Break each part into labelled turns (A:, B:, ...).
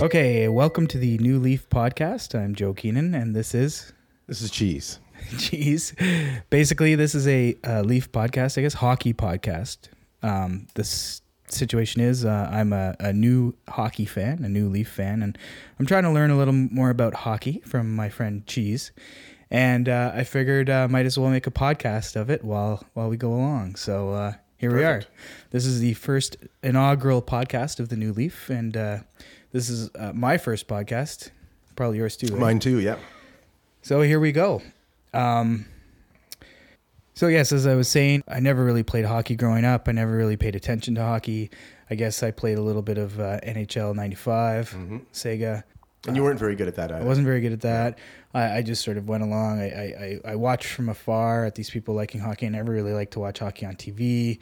A: Okay, welcome to the New Leaf podcast. I'm Joe Keenan, and this is
B: This is cheese.
A: Jeez. Basically, this is a uh, Leaf podcast, I guess, hockey podcast. Um, this situation is uh, I'm a, a new hockey fan, a new Leaf fan, and I'm trying to learn a little more about hockey from my friend Cheese. And uh, I figured uh, might as well make a podcast of it while while we go along. So uh, here
B: Perfect.
A: we are. This is the first inaugural podcast of the New Leaf, and uh, this is uh, my first podcast. Probably yours too. right?
B: Mine too. Yeah.
A: So here we go. Um, so yes, as I was saying, I never really played hockey growing up. I never really paid attention to hockey. I guess I played a little bit of uh, NHL '95, Sega.
B: And you weren't very good at that either.
A: I wasn't very good at that. I, I just sort of went along. I, I, I I watched from afar at these people liking hockey. I never really liked to watch hockey on TV.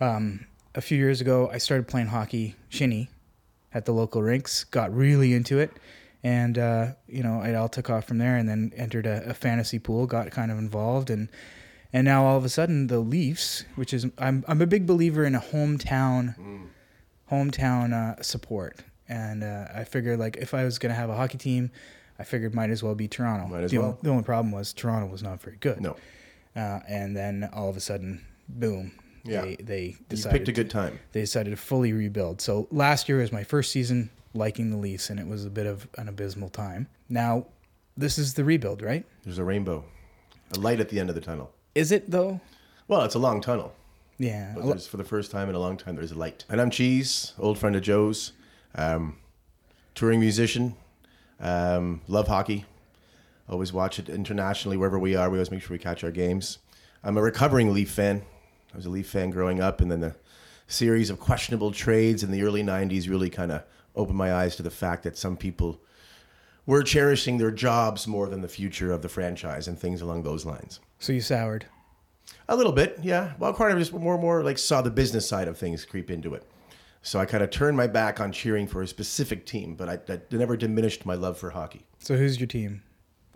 A: Um, a few years ago, I started playing hockey shinny at the local rinks. Got really into it, and uh, you know it all took off from there. And then entered a, a fantasy pool. Got kind of involved, and and now all of a sudden the Leafs, which is I'm I'm a big believer in a hometown hometown uh, support. And uh, I figured, like, if I was going to have a hockey team, I figured might as well be Toronto.
B: Might as
A: the,
B: well.
A: on- the only problem was Toronto was not very good.
B: No.
A: Uh, and then all of a sudden, boom.
B: Yeah.
A: They, they
B: You
A: decided
B: picked a good time.
A: they decided to fully rebuild. So last year was my first season liking the Leafs, and it was a bit of an abysmal time. Now, this is the rebuild, right?
B: There's a rainbow, a light at the end of the tunnel.
A: Is it though?
B: Well, it's a long tunnel.
A: Yeah.
B: But there's, for the first time in a long time, there's a light. And I'm Cheese, old friend of Joe's, um, touring musician. Um, love hockey. Always watch it internationally wherever we are. We always make sure we catch our games. I'm a recovering Leaf fan. I was a Leaf fan growing up, and then the series of questionable trades in the early '90s really kind of opened my eyes to the fact that some people were cherishing their jobs more than the future of the franchise and things along those lines.
A: So you soured.
B: A little bit, yeah. Well, kind of just more and more like saw the business side of things creep into it. So I kind of turned my back on cheering for a specific team, but I, that never diminished my love for hockey.
A: So who's your team?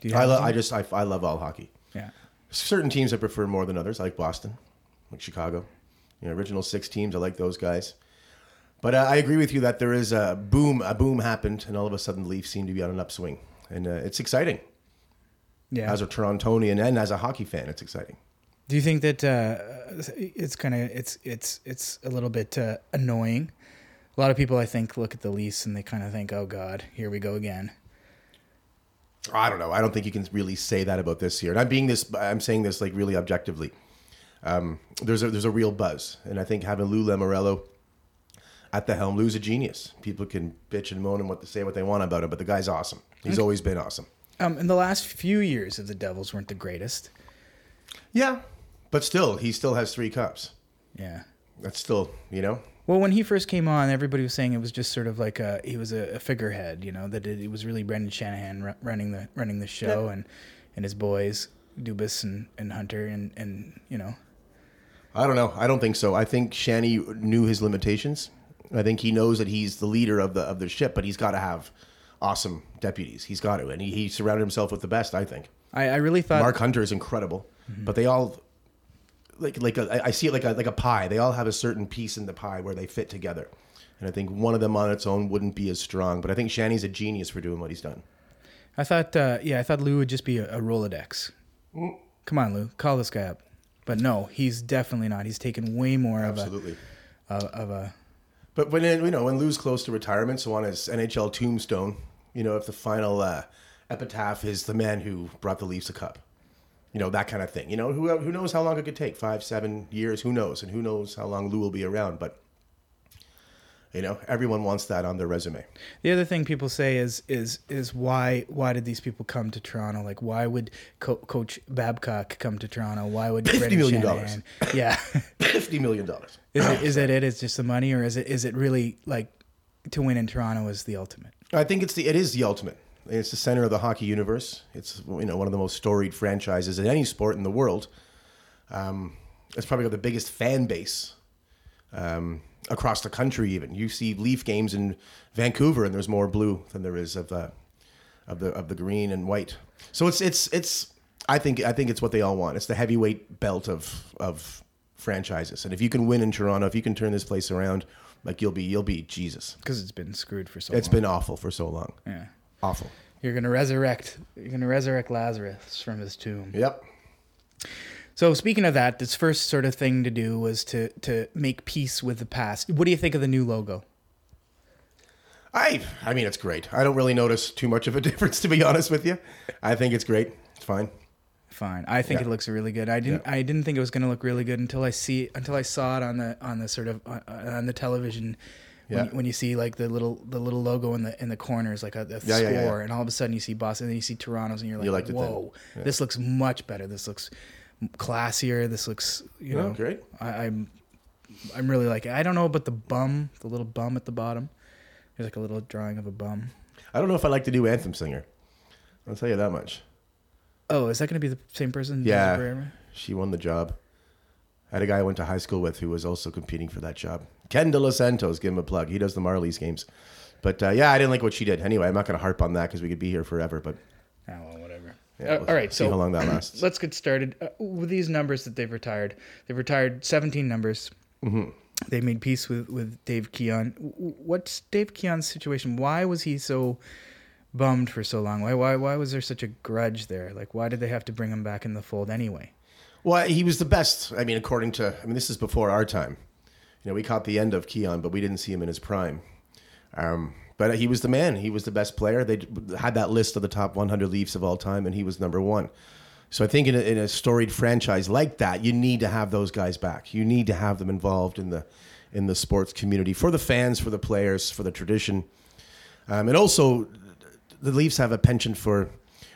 A: Do you
B: I,
A: have a
B: lo-
A: team?
B: I just I, I love all hockey.
A: yeah.
B: Certain teams I prefer more than others, like Boston, like Chicago. You know, original six teams, I like those guys. But uh, I agree with you that there is a boom. A boom happened, and all of a sudden, the Leafs seem to be on an upswing, and uh, it's exciting.
A: Yeah.
B: As a Torontonian and as a hockey fan, it's exciting.
A: Do you think that uh, it's kind of it's it's it's a little bit uh, annoying? A lot of people, I think, look at the lease and they kind of think, "Oh God, here we go again."
B: I don't know. I don't think you can really say that about this year. And I'm being this. I'm saying this like really objectively. Um, there's a there's a real buzz, and I think having Lou Lamorello at the helm, Lou's a genius. People can bitch and moan and what to say what they want about him, but the guy's awesome. He's always been awesome.
A: Um, in the last few years, if the Devils weren't the greatest,
B: Yeah, but still, he still has three cups.
A: yeah.
B: That's still, you know,
A: Well, when he first came on, everybody was saying it was just sort of like a, he was a, a figurehead, you know, that it, it was really Brendan Shanahan ru- running the running the show and and his boys Dubas and, and Hunter and and you know
B: I don't know. I don't think so. I think Shanny knew his limitations. I think he knows that he's the leader of the of the ship, but he's got to have awesome deputies. He's got to, and he, he surrounded himself with the best. I think.
A: I, I really thought
B: Mark Hunter is incredible, but they all like like a, I- I see it like a, like a pie. They all have a certain piece in the pie where they fit together, and I think one of them on its own wouldn't be as strong. But I think Shanny's a genius for doing what he's done.
A: I thought, uh, yeah, I thought Lou would just be a, a Rolodex. Come on, Lou, call this guy up. But no, he's definitely not. He's taken way more of a,
B: Absolutely.
A: of, of a.
B: But when uh, you know when Lou's close to retirement, so on his NHL tombstone, you know if the final uh, epitaph is the man who brought the Leafs a cup, you know that kind of thing. You know who who knows how long it could take five, seven years, who knows, and who knows how long Lou will be around. But you know everyone wants that on their resume.
A: The other thing people say is is is why why did these people come to Toronto? Like why would Co- Coach Babcock come to Toronto? Why would Brendan
B: million
A: Shanahan- Yeah,
B: Fifty million dollars.
A: is it, is that it? Is just the money, or is it is it really like to win in Toronto is the ultimate?
B: I think it's the it is the ultimate. It's the center of the hockey universe. It's you know one of the most storied franchises in any sport in the world. Um, it's probably got the biggest fan base um, across the country. Even you see Leaf games in Vancouver, and there's more blue than there is of the of the of the green and white. So it's it's it's. I think I think it's what they all want. It's the heavyweight belt of of franchises. And if you can win in Toronto, if you can turn this place around, like you'll be you'll be Jesus.
A: because it's been screwed for so
B: It's
A: long.
B: been awful for so long.
A: yeah.
B: Awful.
A: You're gonna resurrect. You're gonna resurrect Lazarus from his tomb.
B: Yep.
A: So speaking of that, this first sort of thing to do was to to make peace with the past. What do you think of the new logo?
B: I I mean it's great. I don't really notice too much of a difference to be honest with you. I think it's great. It's fine.
A: Fine. I think
B: Yeah.
A: it looks really good. I didn't. I didn't think it was going to look really good until I see until I saw it on the on the sort of uh, on the television. When,
B: Yeah.
A: when you see like the little the little logo in the in the corners like a, a
B: Yeah,
A: score,
B: yeah, yeah, yeah.
A: and all of a sudden you see Boston, and then you see Toronto's, and you're like,
B: You liked it then.
A: whoa, this looks much better. This looks classier. This looks you
B: Yeah,
A: know
B: great.
A: I, I'm I'm really like I don't know about the bum, the little bum at the bottom. There's like a little drawing of a bum.
B: I don't know if I like the new anthem singer. I'll tell you that much.
A: Oh, is that going to be the same person?
B: Yeah.
A: Forever?
B: She won the job. I had a guy I went to high school with who was also competing for that job. Ken De Los Santos, give him a plug. He does the Marlies games. But uh, yeah, I didn't like what she did. Anyway, I'm not going to harp on that because we could be here forever. But
A: Oh, well, whatever.
B: yeah,
A: Uh,
B: we'll
A: all right,
B: see
A: so
B: how long that lasts.
A: let's get started uh, with these numbers that they've retired. They've retired 17 numbers. Mm-hmm. They made peace with with Dave Keon. W- w- What's Dave Keon's situation? Why was he so bummed for so long? Why why why was there such a grudge there? Like why did they have to bring him back in the fold anyway?
B: Well, he was the best. I mean, according to, I mean, this is before our time. You know, we caught the end of Keon, but we didn't see him in his prime. Um, but he was the man. He was the best player. They had that list of the top 100 Leafs of all time, and he was number one. So I think in a, in a storied franchise like that, you need to have those guys back. You need to have them involved in the in the sports community for the fans, for the players, for the tradition. Um, and also, the Leafs have a penchant for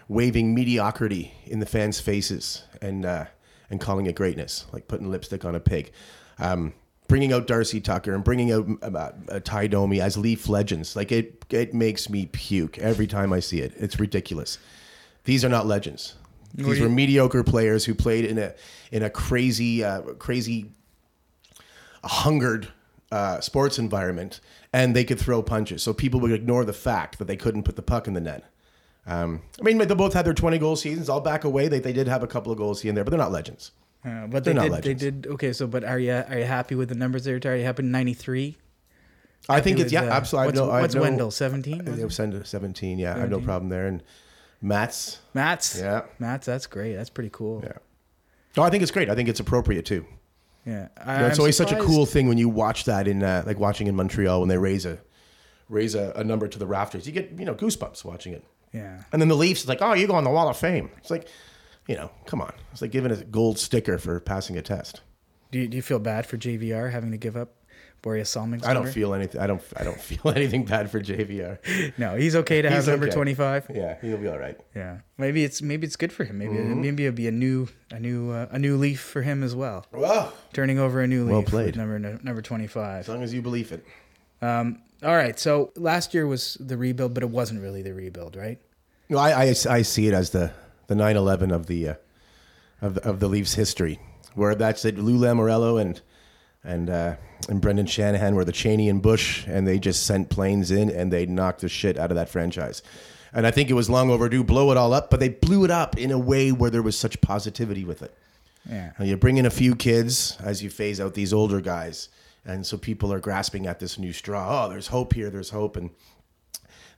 B: waving mediocrity in the fans' faces and uh, and calling it greatness, like putting lipstick on a pig. Um, bringing out Darcy Tucker and bringing out um, uh, uh, Ty Domi as Leaf legends, like it it makes me puke every time I see it. It's ridiculous. These are not legends.
A: do
B: These
A: you-
B: were mediocre players who played in a in a crazy uh, crazy hungered uh, sports environment and they could throw punches. So people would ignore the fact that they couldn't put the puck in the net. Um, I mean, they both had their 20 goal seasons. I'll back away. They, they did have a couple of goals here and there, but they're not legends.
A: Uh, but they
B: They're not
A: did. They
B: legends.
A: did. Okay, so but are you are you happy with the numbers they retired? Are you happy with 93?
B: I think it's, yeah, absolutely.
A: uh, What's,
B: I have no, I
A: what's
B: have no,
A: Wendell? 17.
B: They have sent to 17. Yeah, I have no
A: 17.
B: problem there. And Matt's,
A: Matt's.
B: yeah.
A: Matt's. That's great. That's pretty cool.
B: Yeah. No, I think it's great. I think it's appropriate too.
A: Yeah.
B: You know, it's
A: I'm
B: always such a
A: surprised-
B: cool thing when you watch that in uh, like watching in Montreal when they raise a raise a, a number to the rafters. You get you know goosebumps watching it.
A: Yeah.
B: And then the Leafs, it's like, oh, you go on the Wall of Fame. It's like, you know, come on. It's like giving a gold sticker for passing a test.
A: Do you, do you feel bad for JVR having to give up Boreas Salming's
B: I don't
A: number?
B: feel anything. I don't. I don't feel anything bad for JVR.
A: No, he's okay to have
B: He's
A: number
B: okay.
A: 25.
B: Yeah, he'll be all right.
A: Yeah. Maybe it's maybe it's good for him. Maybe
B: Mm-hmm.
A: maybe it'll be a new a new uh, a new leaf for him as well.
B: Well,
A: Turning over a new leaf
B: Well
A: with
B: played.
A: number number 25.
B: as long as you believe it.
A: All right. So last year was the rebuild, but it wasn't really the rebuild, right?
B: No, I, I, I see it as the the nine eleven of the uh, of the, of the Leafs history, where that's it. Lou Lamorello and and uh, and Brendan Shanahan were the Cheney and Bush, and they just sent planes in and they knocked the shit out of that franchise. And I think it was long overdue. Blow it all up, but they blew it up in a way where there was such positivity with it.
A: Yeah.
B: Now, you bring in a few kids as you phase out these older guys. And so people are grasping at this new straw. Oh, there's hope here, there's hope. And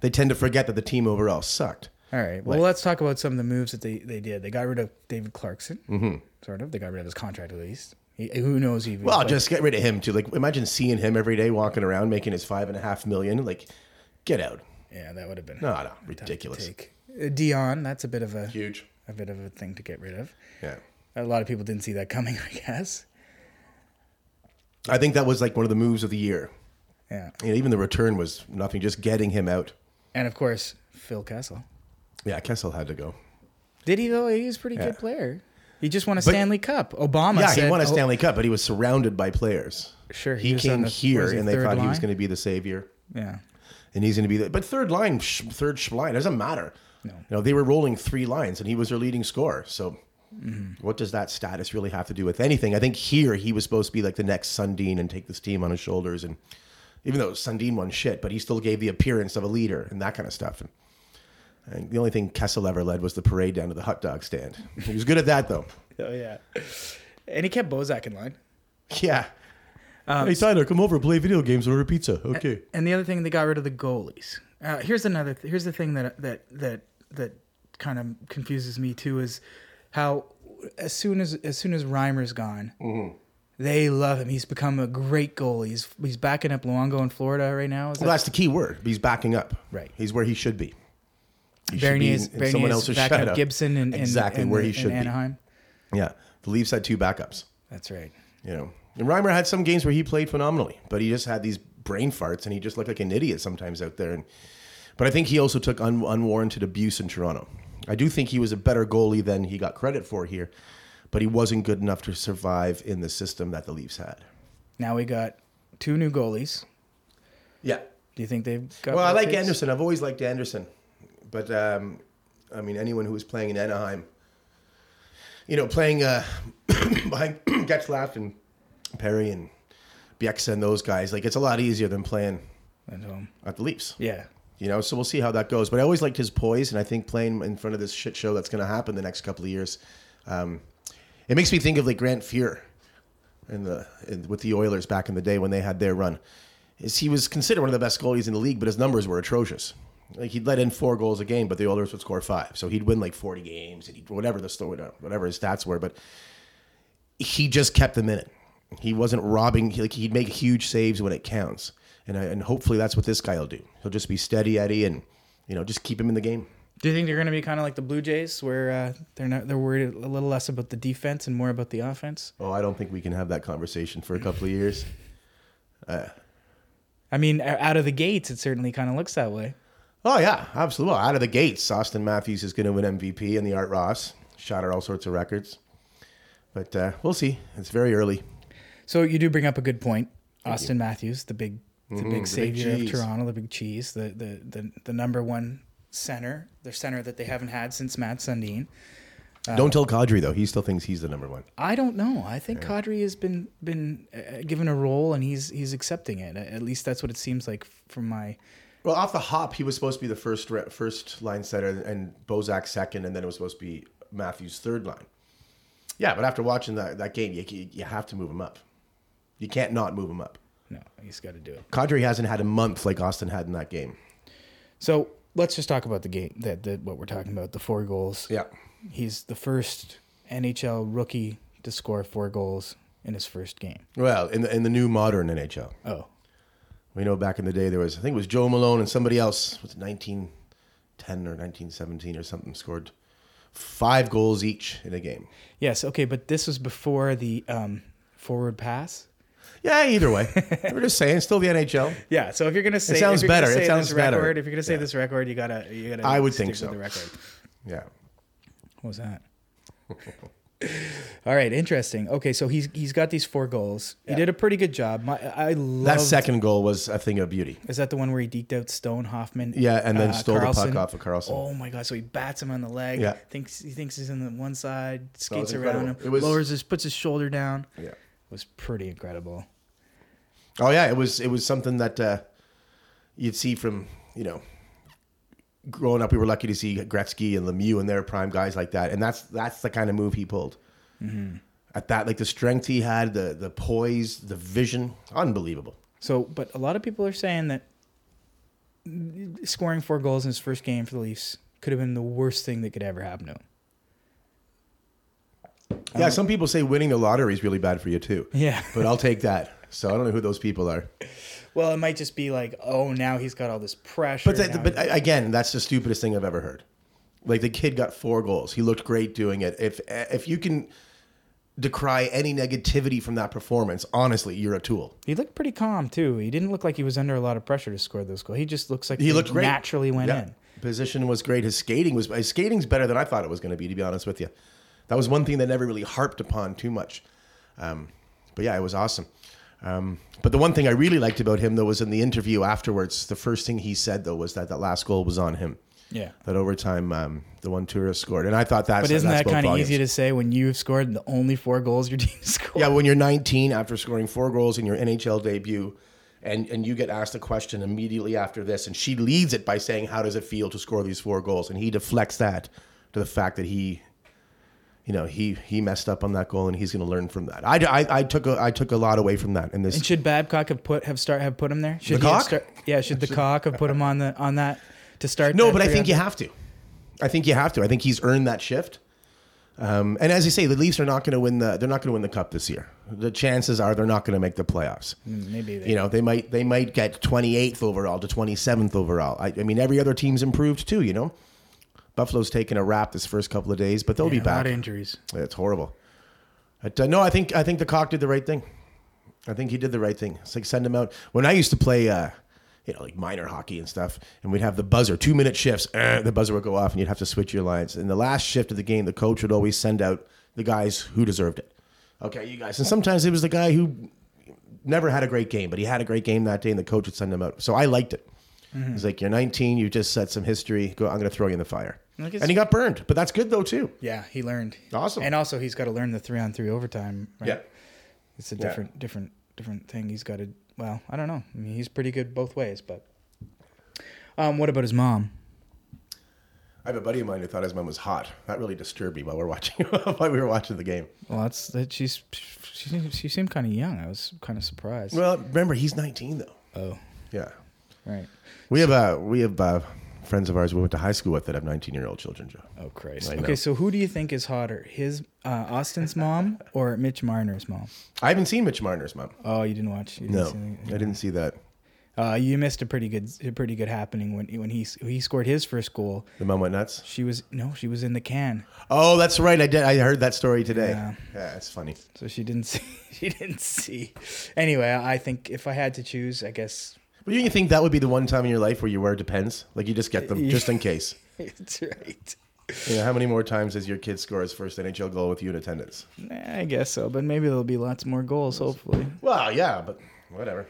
B: they tend to forget that the team overall sucked.
A: All right. Well, let's talk about some of the moves that they, they did. They got rid of David Clarkson, mm-hmm. sort of. They got rid of his contract at least. He, who knows even?
B: Well, just get rid of him too. Like imagine seeing him every day walking around making his five and a half million. Like, get out.
A: yeah, that would have been
B: No, no, ridiculous.
A: take. Uh, Dion, that's a bit of a
B: Huge.
A: a bit of a thing to get rid of.
B: Yeah.
A: A lot of people didn't see that coming, I guess.
B: I think that was like one of the moves of the year.
A: Yeah.
B: You know, even the return was nothing, just getting him out.
A: And of course, Phil Kessel.
B: Yeah, Kessel had to go.
A: Did he though? He was a pretty good player. He just won a Stanley Cup. Obama
B: Yeah,
A: said,
B: he won a
A: oh,
B: Stanley Cup, but he was surrounded by players.
A: Sure, he
B: he,
A: was on
B: came
A: the-
B: here,
A: was he
B: and they
A: third
B: thought he was
A: line?
B: going to be the savior,
A: Yeah.
B: and he's going to be the but third line, sh- third sh- line doesn't matter. No, you know they were rolling three lines, and he was their leading scorer. So, what does that status really have to do with anything? I think here he was supposed to be like the next Sundin and take this team on his shoulders, and even though Sundin won shit, but he still gave the appearance of a leader and that kind of stuff. And, and the only thing Kessel ever led was the parade down to the hot dog stand. He was good at that though.
A: Oh yeah. And he kept Bozak in line.
B: Yeah. hey Tyler, come over, play video games, order pizza. Okay.
A: And the other thing, they got rid of the goalies. Uh, here's another. Th- here's the thing that that that that kind of confuses me too is how as soon as as soon as Reimer's gone,
B: Mm-hmm.
A: they love him. He's become a great goalie. He's he's backing up Luongo in Florida right now. Is
B: well,
A: that
B: that's the key word. He's backing up.
A: Right.
B: He's where he should be. He should be
A: Bernier's,
B: in- in
A: Bernier's backing up Gibson and
B: exactly where he should
A: in
B: be.
A: Anaheim.
B: Yeah. The Leafs had two backups.
A: That's right.
B: You know, and Reimer had some games where he played phenomenally, but he just had these brain farts and he just looked like an idiot sometimes out there. And but I think he also took un- unwarranted abuse in Toronto. I do think he was a better goalie than he got credit for here, but he wasn't good enough to survive in the system that the Leafs had.
A: Now we got two new goalies.
B: Yeah.
A: Do you think they've got?
B: Well, I like
A: rotates?
B: Anderson. I've always liked Anderson, but um, I mean, anyone who was playing in Anaheim, you know, playing uh, behind Getzlaff and Perry and Bieksa and those guys, like it's a lot easier than playing
A: At home.
B: at the Leafs.
A: Yeah.
B: You know, so we'll see how that goes. But I always liked his poise, and I think playing in front of this shit show that's going to happen the next couple of years, um, it makes me think of like Grant Fuhr in the in, with the Oilers back in the day when they had their run. Is he was considered one of the best goalies in the league, but his numbers were atrocious. Like he'd let in four goals a game, but the Oilers would score five, so he'd win like forty games and he'd, whatever the story, whatever his stats were. But he just kept them in it. He wasn't robbing. He, like he'd make huge saves when it counts, and I, and hopefully that's what this guy will do. He'll just be steady Eddie, and you know, just keep him in the game.
A: Do you think they're going to be kind of like the Blue Jays, where uh, they're not they're worried a little less about the defense and more about the offense?
B: Oh, I don't think we can have that conversation for a couple of years.
A: I mean, o- out of the gates, it certainly kind of looks that way.
B: Oh yeah, absolutely. Out of the gates, Austin Matthews is going to win MVP, and the Art Ross shatter all sorts of records. But uh, we'll see. It's very early.
A: So you do bring up a good point, Austin Matthews, the big the big savior
B: Mm-hmm, cheese.
A: of Toronto, the big cheese, the the the, the number one center, their center that they haven't had since Matt Sundin.
B: don't tell Kadri though; he still thinks he's the number one.
A: I don't know. I think Kadri has been been uh, given a role and he's he's accepting it. At least that's what it seems like from my
B: Well, off the hop, he was supposed to be the first re- first line setter, and Bozak second, and then it was supposed to be Matthews third line. Yeah, but after watching that, that game, you, you have to move him up. You can't not move him up.
A: no, he's got to do it.
B: Kadri hasn't had a month like Austin had in that game.
A: So let's just talk about the game that, that what we're talking about the four goals.
B: Yeah,
A: He's the first NHL rookie to score four goals in his first game.
B: well, in the in the new modern NHL,
A: Oh,
B: we know back in the day there was I think it was Joe Malone and somebody else was nineteen ten or nineteen seventeen or something scored five goals each in a game.
A: yes. Okay, but this was before the um, forward pass.
B: Yeah, either way, we're just saying, still the NHL.
A: Yeah. So if you're gonna say,
B: sounds
A: if you're gonna
B: better. It
A: say
B: sounds
A: this
B: better.
A: Record, if you're gonna say this record, you gotta you gotta.
B: I would
A: stick
B: think so.
A: With the record.
B: Yeah.
A: What was that? All right, interesting. Okay, so he's he's got these four goals. He did a pretty good job. My, I love
B: That second goal was a thing of beauty. Uh,
A: Is that the one where he deked out Stone Hoffman? uh,
B: Yeah, and then stole the puck off of Carlson.
A: Oh my god! So he bats him on the leg.
B: Yeah.
A: thinks he thinks he's on the one side, skates around
B: incredible.
A: him,
B: It was-
A: lowers his, puts his shoulder down. It
B: Yeah.
A: was pretty incredible.
B: Oh yeah, it was it was something that uh, you'd see from you know growing up. We were lucky to see Gretzky and Lemieux and their prime guys like that, and that's that's the kind of move he pulled. Mm-hmm. At that, like the strength he had, the the poise, the vision, unbelievable.
A: So, but a lot of people are saying that scoring four goals in his first game for the Leafs could have been the worst thing that could ever happen to him.
B: Yeah, some people say winning the lottery is really bad for you too.
A: Yeah.
B: but I'll take that. So I don't know who those people are.
A: Well, it might just be like, oh, now he's got all this pressure.
B: But that,
A: now
B: but a- again, that's the stupidest thing I've ever heard. Like the kid got four goals. He looked great doing it. If if you can decry any negativity from that performance, honestly, you're a tool.
A: He looked pretty calm too. He didn't look like he was under a lot of pressure to score those goals. He just looks like
B: He looked great.
A: naturally went
B: Yeah.
A: in.
B: Position was great. His skating was his skating's better than I thought it was going to be. To be honest with you, that was one thing that never really harped upon too much. Um, but yeah, it was awesome. Um, but the one thing I really liked about him though was in the interview afterwards. The first thing he said though was that that last goal was on him.
A: Yeah.
B: that overtime um, the one tourist scored, and I thought that's
A: But isn't
B: that
A: that kind of easy to say when you've scored the only four goals your team scored?
B: yeah when you're 19 after scoring four goals in your NHL debut, and and you get asked a question immediately after this, and she leads it by saying how does it feel to score these four goals, and he deflects that to the fact that he you know, he he messed up on that goal, and he's going to learn from that. I, I, I took a, I took a lot away from that. And this
A: And should Babcock have put have start have put him there? Should
B: The
A: he have
B: cock?
A: yeah, should the cock have put him on the on that to start?
B: No,
A: that
B: but I
A: three
B: think
A: on-
B: you have to. I think you have to. I think he's earned that shift. Um, and as you say, the Leafs are not going to win the. They're not going to win the cup this year. The chances are they're not going to make the playoffs.
A: maybe they-
B: you know they might they might get 28th overall to 27th overall. I, I mean, every other team's improved too. You know, Buffalo's taken a rap this first couple of days, but they'll be
A: Yeah, A lot
B: back.
A: of injuries.
B: It's horrible. But, uh, no, I think I think the cock did the right thing. I think he did the right thing. It's like send him out. When I used to play, uh, you know, like minor hockey and stuff, and we'd have the buzzer, two minute shifts. eh, the buzzer would go off, and you'd have to switch your lines. In the last shift of the game, the coach would always send out the guys who deserved it. Okay, you guys. And sometimes it was the guy who never had a great game, but he had a great game that day, and the coach would send him out. So I liked it.
A: Mm-hmm.
B: It's like you're 19, you just set some history. Go, I'm going to throw you in the fire.
A: Like it's-
B: and he got burned, but that's good though too.
A: Yeah, he learned.
B: Awesome.
A: And also, he's got to learn the three on three overtime. Right?
B: Yeah.
A: it's a different, different, different thing. He's got to. Well, I don't know. I mean, he's pretty good both ways, but. Um, what about his mom?
B: I have a buddy of mine who thought his mom was hot. That really disturbed me while we are watching while we were watching the game.
A: Well, that's that. She's she seemed, she seemed kind of young. I was kind of surprised.
B: Well, remember he's 19 though.
A: oh,
B: Yeah,
A: right.
B: we have uh, we have uh, friends of ours we went to high school with that have 19 year old children. Joe.
A: Oh Christ.
B: I know.
A: Okay, so who do you think is hotter, his uh, Austin's mom or Mitch Marner's mom?
B: I haven't seen Mitch Marner's mom.
A: Oh, you didn't watch. You didn't
B: No,
A: see
B: I
A: the-
B: didn't see that.
A: Uh, you missed a pretty good, a pretty good happening when when he he scored his first goal.
B: The mom went nuts.
A: She was no, she was in the can,
B: Oh, that's right. I did. I heard that story today.
A: Yeah.
B: Yeah, it's funny.
A: so she didn't see. She didn't see. Anyway, I think if I had to choose, I guess
B: But don't you think that would be the one time in your life where you wear depends? Like you just get them just in case.
A: it's right.
B: You know, how many more times has your kid score his first NHL goal with you in attendance?
A: Nah, I guess so, but maybe there'll be lots more goals. Hopefully.
B: Well, yeah, but whatever.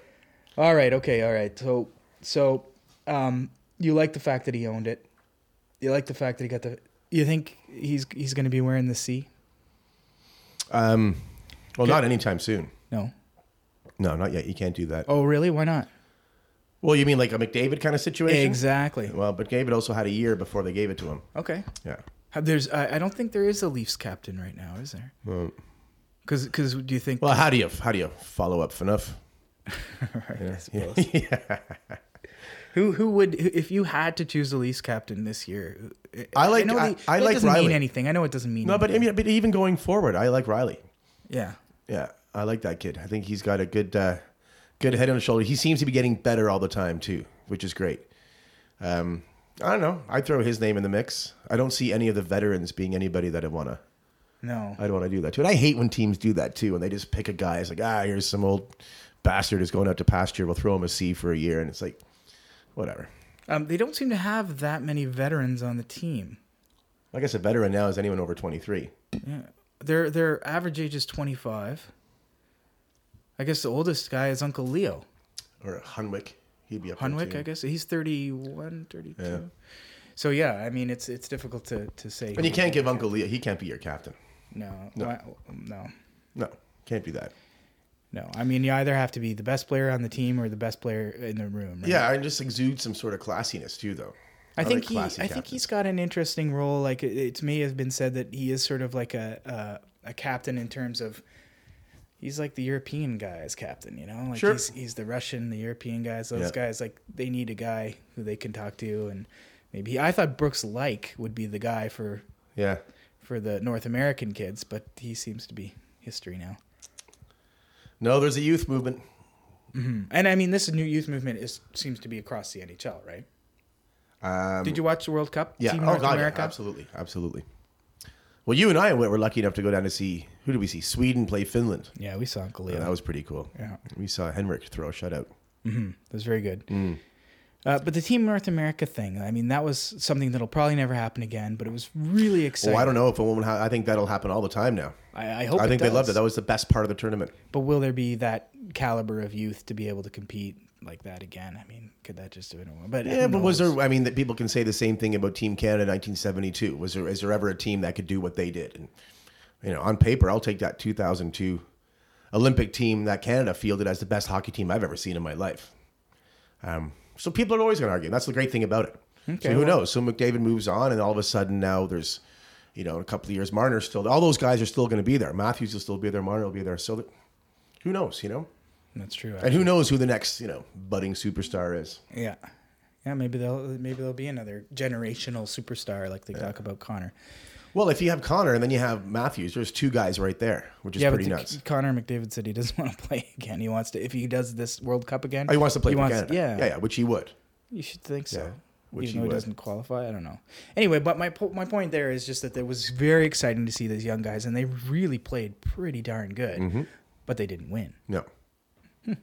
A: All right. Okay. All right. So so, um, you like the fact that he owned it. You like the fact that he got the. You think he's he's going to be wearing the C?
B: Um, well, not anytime soon.
A: No.
B: No, not yet. You can't do that.
A: Oh, really? Why not?
B: Well, you mean like a McDavid kind of situation?
A: Exactly.
B: Well, but McDavid also had a year before they gave it to him.
A: Okay.
B: Yeah.
A: Have- There's, I, I don't think there is a Leafs captain right now, is there? Because, do you think?
B: Well, how do you how do you follow up enough?
A: I suppose. Who, who would, who- if you had to choose the Leafs captain this year? who-
B: I like-
A: know
B: I-
A: they-
B: I
A: that
B: like
A: doesn't mean
B: Riley.
A: anything. I know it doesn't mean.
B: No, but I
A: anything.
B: mean, but even going forward, I like Riley.
A: yeah,
B: Yeah, I like that kid. I think he's got a good uh, good head on his shoulder. He seems to be getting better all the time too, which is great. Um, I don't know. I'd throw his name in the mix. I don't see any of the veterans being anybody that I wanna
A: no.
B: I'd want to do that too. And I hate when teams do that too, and they just pick a guy. It's like, ah, here's some old bastard who's going out to pasture. We'll throw him a C for a year, and it's like, whatever.
A: Um, they don't seem to have that many veterans on the team.
B: I guess a veteran now is anyone over 23.
A: Yeah, their their average age is 25. I guess the oldest guy is Uncle Leo.
B: Or Hunwick. He'd be up there,
A: Hunwick,
B: too.
A: I guess he's 31, 32. So yeah, I mean it's it's difficult to to say.
B: And you
A: who-
B: can't give Uncle Leo, he can't be your captain.
A: No, no, no,
B: No, can't do that.
A: no. I mean, you either have to be the best player on the team or the best player in the room. Right?
B: Yeah, and just exude some sort of classiness too, though.
A: I think
B: like
A: he,
B: classy
A: I think
B: captains.
A: he's got an interesting role. Like it, it to me has been said that he is sort of like a a, a captain in terms of. He's like the European guy as captain, you know. Like
B: Sure.
A: he's he's the Russian, the European guys. Those
B: Yeah.
A: guys like they need a guy who they can talk to, and maybe I thought Brooks like would be the guy for
B: Yeah.
A: for the North American kids, but he seems to be history now.
B: No, there's a youth movement.
A: And I mean, this new youth movement is seems to be across the NHL, right?
B: Um,
A: Did you watch the World Cup?
B: yeah.
A: Team
B: oh
A: North
B: God, yeah,
A: America.
B: absolutely, absolutely. Well, you and I were lucky enough to go down to see who did we see? Sweden play Finland.
A: Yeah, we saw Uncle Leo.
B: Yeah, that was pretty cool.
A: Um, Yeah.
B: We saw Henrik throw a shutout.
A: It was very good.
B: Mm.
A: Uh, but the Team North America thing, I mean, that was something that'll probably never happen again. But it was really
B: Oh,
A: exciting.
B: I don't know if a woman. Ha- I think that'll happen all the time now.
A: I, I hope.
B: I think
A: it
B: they loved it.
A: does.
B: That was the best part of the tournament.
A: But will there be that caliber of youth to be able to compete like that again? I mean, could that just have been one? But
B: Yeah,
A: who
B: but was
A: knows?
B: there? I mean, that people can say the same thing about Team Canada, 1972. Was there? Is there ever a team that could do what they did? And you know, on paper, I'll take that 2002 Olympic team that Canada fielded as the best hockey team I've ever seen in my life. Um, so people are always going to argue. and That's the great thing about it.
A: Okay,
B: so who
A: well-
B: knows? So McDavid moves on, and all of a sudden now there's you know, in a couple of years, Marner's still all those guys are still going to be there. Matthews will still be there. Marner will be there. So, that, who knows? You know,
A: That's true.
B: and who knows who the next you know budding superstar is?
A: Yeah. Yeah, maybe they'll maybe there'll be another generational superstar like they talk about Connor.
B: Well, if you have Connor and then you have Matthews, there's two guys right there, which is
A: yeah,
B: pretty
A: but the-
B: nuts.
A: Connor McDavid said he doesn't want to play again. He wants to if he does this World Cup again.
B: Oh, he wants to play for Canada.
A: Yeah,
B: yeah, yeah, which he would.
A: You should think so.
B: Yeah, which
A: Even
B: he
A: though
B: would.
A: he doesn't qualify, I don't know. Anyway, but my po- my point there is just that it was very exciting to see these young guys, and they really played pretty darn good,
B: Mm-hmm.
A: but they didn't win.
B: No.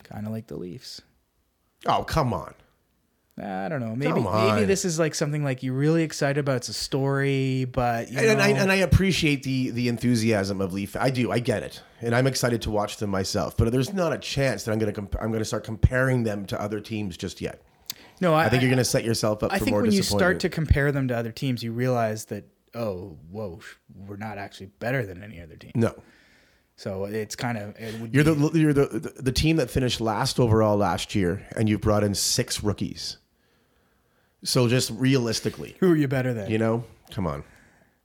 A: kind of like the Leafs.
B: Oh, come on.
A: I don't know. Maybe
B: Come
A: maybe
B: on.
A: this is like something like you're really excited about. It's a story, but you
B: And, and I,
A: know-
B: and I appreciate the the enthusiasm of Leaf. I do. I get it, and I'm excited to watch them myself. But there's not a chance that I'm gonna comp- I'm gonna start comparing them to other teams just yet.
A: no, I,
B: I think you're gonna set yourself up
A: I
B: for
A: think
B: more
A: when you start
B: disappointment.
A: to compare them to other teams, you realize that oh, whoa, sh- we're not actually better than any other team.
B: no,
A: So it's kind of it would
B: you're the you're the, the the team that finished last overall last year, and you've brought in six rookies. So just realistically,
A: who are you better than?
B: you know, come on.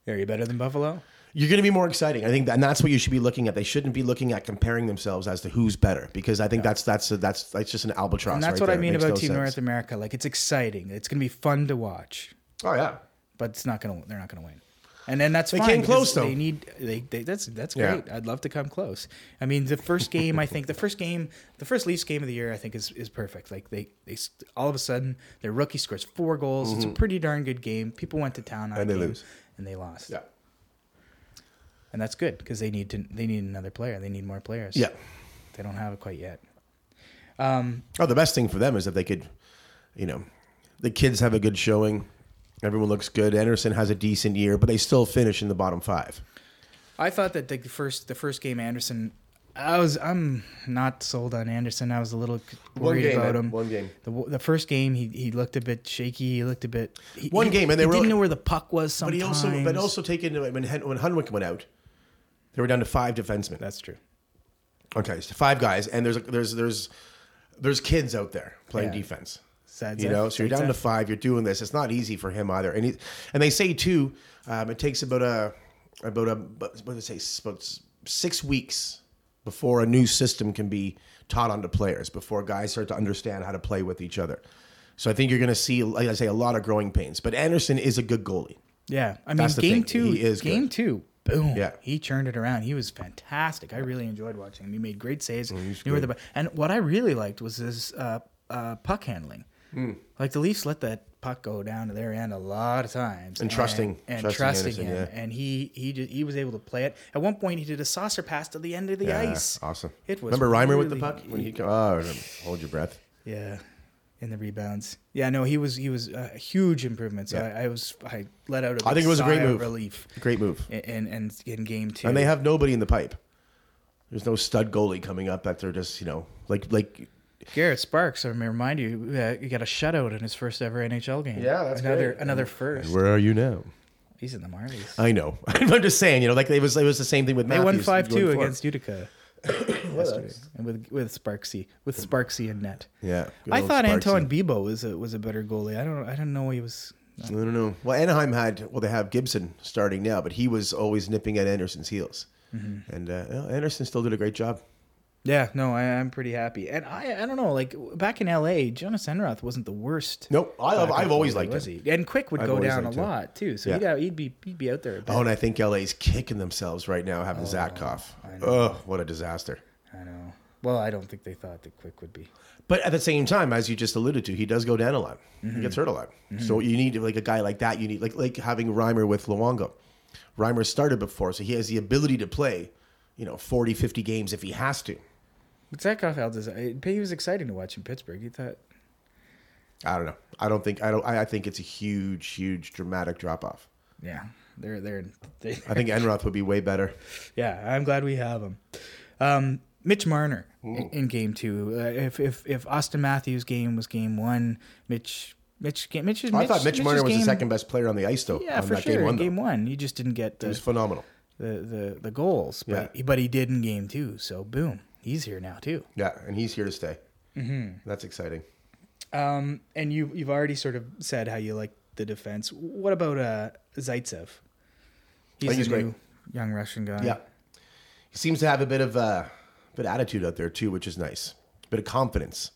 A: Are you better than Buffalo?
B: You're going to be more exciting. I think, that, and that's what you should be looking at. They shouldn't be looking at comparing themselves as to who's better, because I think that's that's that's that's just an albatross.
A: And that's
B: right
A: what
B: there.
A: I
B: It
A: mean
B: makes
A: about
B: no
A: Team
B: sense.
A: North America. Like it's exciting. It's going to be fun to watch,
B: Oh yeah,
A: but it's not going to. They're not going to win. And then that's
B: They
A: fine.
B: came
A: because
B: close, though.
A: They need. They, they that's that's
B: Yeah.
A: great. I'd love to come close. I mean, the first game. I think the first game, the first Leafs game of the year. I think is is perfect. Like they they s- all of a sudden their rookie scores four goals. It's a pretty darn good game. People went to town on
B: Mm-hmm. And
A: the
B: they
A: game,
B: lose.
A: and they lost.
B: yeah,
A: And that's good because they need to. They need another player. They need more players.
B: yeah.
A: They don't have it quite yet.
B: Oh, the best thing for them is if they could, you know, the kids have a good showing. Everyone looks good. Anderson has a decent year, but they still finish in the bottom five.
A: I thought that the first the first game Anderson, I was I'm not sold on Anderson. I was a little worried about him.
B: One game.
A: The, w- the first game he, he looked a bit shaky. He looked a bit he,
B: One
A: he-
B: game, and they
A: he
B: were-
A: didn't know where the puck was.
B: But
A: Sometimes,
B: he also, but also take into when Hen- when Hunwick went out, they were down to five defensemen.
A: that's true.
B: Okay, so five guys, and there's there's there's there's kids out there playing
A: Yeah.
B: defense.
A: Sad
B: You
A: Zef,
B: know, so you're
A: sad
B: down to
A: Zef.
B: five. You're doing this. It's not easy for him either. And he, and they say too, um, it takes about a about a but- what do they say s- about s- six weeks before a new system can be taught onto players before guys start to understand how to play with each other. So I think you're going to see, like I say, a lot of growing pains. But Anderson is a good goalie.
A: Yeah, I mean,
B: That's the
A: game
B: thing.
A: two
B: He is
A: game
B: good.
A: two. Boom!
B: Yeah.
A: he turned it around. He was fantastic. I really enjoyed watching him. He made great saves. Knew where the bu- and what I really liked was his uh, uh, puck handling.
B: Hmm.
A: Like the Leafs let that puck go down to their end a lot of times, and
B: trusting-
A: and
B: trusting
A: trusting,
B: Anderson,
A: him.
B: yeah.
A: And he he ju- he was able to play it. At one point, he did a saucer pass to the end of the
B: Yeah,
A: ice.
B: awesome.
A: It was
B: remember Reimer with the
A: really-
B: puck when he co- oh hold your breath.
A: yeah, in the rebounds. Yeah, no, he was he was a huge improvement. So I, I was I let out. a
B: I think it was a
A: sigh
B: great
A: of
B: move.
A: Relief
B: Great move.
A: and and in game two.
B: and they have nobody in the pipe. There's no stud goalie coming up that they're just you know like like
A: Garrett Sparks. I mean, remind you, uh, he got a shutout in his first ever NHL game.
B: Yeah, that's
A: another
B: great.
A: another first.
B: where are you now?
A: He's in the Marlies.
B: I know. I'm just saying you know like it was it was the same thing with
A: they
B: Matthews.
A: won five two
B: going forward.
A: against Utica yesterday, and with with Sparksy with Sparksy and net.
B: yeah. good
A: I
B: old
A: thought
B: Sparksy.
A: Antoine Bebo was a was a better goalie. I don't I don't know he was.
B: I don't know. Well, Anaheim had well they have Gibson starting now, but he was always nipping at Anderson's heels,
A: Mm-hmm.
B: and uh, well, Anderson still did a great job.
A: Yeah, no, I, I'm pretty happy, and I I don't know like back in L.A. Jonas Enroth wasn't the worst.
B: Nope, I love,
A: backup
B: I've always
A: goalie,
B: liked
A: was
B: him.
A: he? And Quick would
B: I've
A: go
B: always
A: down a
B: liked him.
A: lot too, so
B: Yeah.
A: he'd, out- he'd be he'd be out there. a bit.
B: Oh, and I think LA's kicking themselves right now having Zatkoff. Oh, what a disaster.
A: I know. Well, I don't think they thought that Quick would be.
B: But at the same time, as you just alluded to, he does go down a lot.
A: Mm-hmm.
B: He gets hurt a lot. So you need like a guy like that. You need like like having Reimer with Luongo. Reimer started before, so he has the ability to play, you know, 40, 50 games if he has to.
A: But Zakoff held his. I- He was exciting to watch in Pittsburgh. He thought,
B: I don't know. I don't think I don't. I, I think it's a huge, huge, dramatic drop off.
A: yeah, they're they're. They,
B: I think Enroth would be way better.
A: yeah, I'm glad we have him. Um, Mitch Marner in, in game two. Uh, if if if Austin Matthews game was game one, Mitch Mitch Mitch. Mitch
B: Oh, I thought Mitch
A: Mitch's
B: Marner was
A: game-
B: the second best player on the ice though.
A: Yeah,
B: on
A: for
B: that
A: sure.
B: Game one,
A: in
B: though.
A: game one, he just didn't get
B: He was
A: the
B: phenomenal.
A: the, the, the goals, but
B: Yeah.
A: but he did in game two. So boom, he's here now too.
B: Yeah, and he's here to stay. Mm-hmm. That's exciting.
A: Um, and you you've already sort of said how you like the defense. What about uh Zaitsev? He's,
B: Oh, he's
A: a
B: great.
A: new young Russian guy.
B: Yeah. He seems to have a bit of uh, bit of attitude out there too, which is nice. bit of confidence.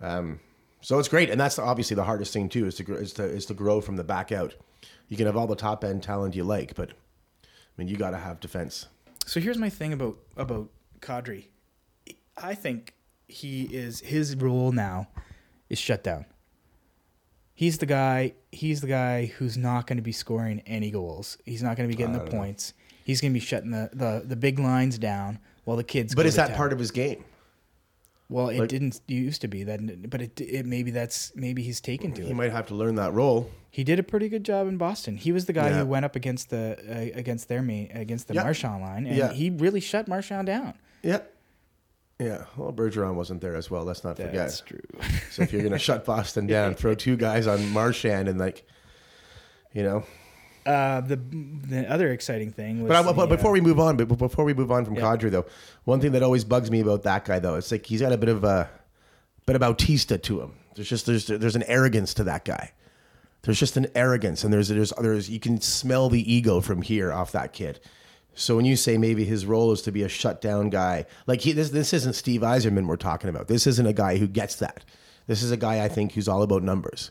B: Um, so it's great, and that's obviously the hardest thing too is to gr- is to is to grow from the back out. You can have all the top end talent you like, but I mean, you got to have defense.
A: So here's my thing about about Kadri. I think he is his role now is shut down. He's the guy. He's the guy who's not going to be scoring any goals. He's not going to be getting the points. He's going to be shutting the, the the big lines down while the kids.
B: But
A: go
B: is
A: to
B: that
A: town.
B: part of his game?
A: Well, it
B: like-
A: didn't used to be that, but it, it maybe that's maybe he's taken to
B: He
A: it.
B: might have to learn that role.
A: He did a pretty good job in Boston. He was the guy
B: Yeah.
A: who went up against the uh, against their main against the
B: Yeah.
A: Marchand line, and
B: Yeah.
A: he really shut Marchand down.
B: Yeah, yeah. Well, Bergeron wasn't there as well. Let's not forget.
A: That's true.
B: So if you're gonna shut Boston down, throw two guys on Marchand and like, you know.
A: Uh, the the other exciting thing was.
B: But, I,
A: the,
B: but
A: uh,
B: before we move on, but before we move on from Kadri though, one thing that always bugs me about that guy though, it's like he's got a bit of a bit of Bautista to him. There's just there's there's an arrogance to that guy. There's just an arrogance, and there's there's there's you can smell the ego from here off that kid. So when you say maybe his role is to be a shut down guy, like he, this this isn't Steve Eiserman we're talking about. This isn't a guy who gets that. This is a guy I think who's all about numbers,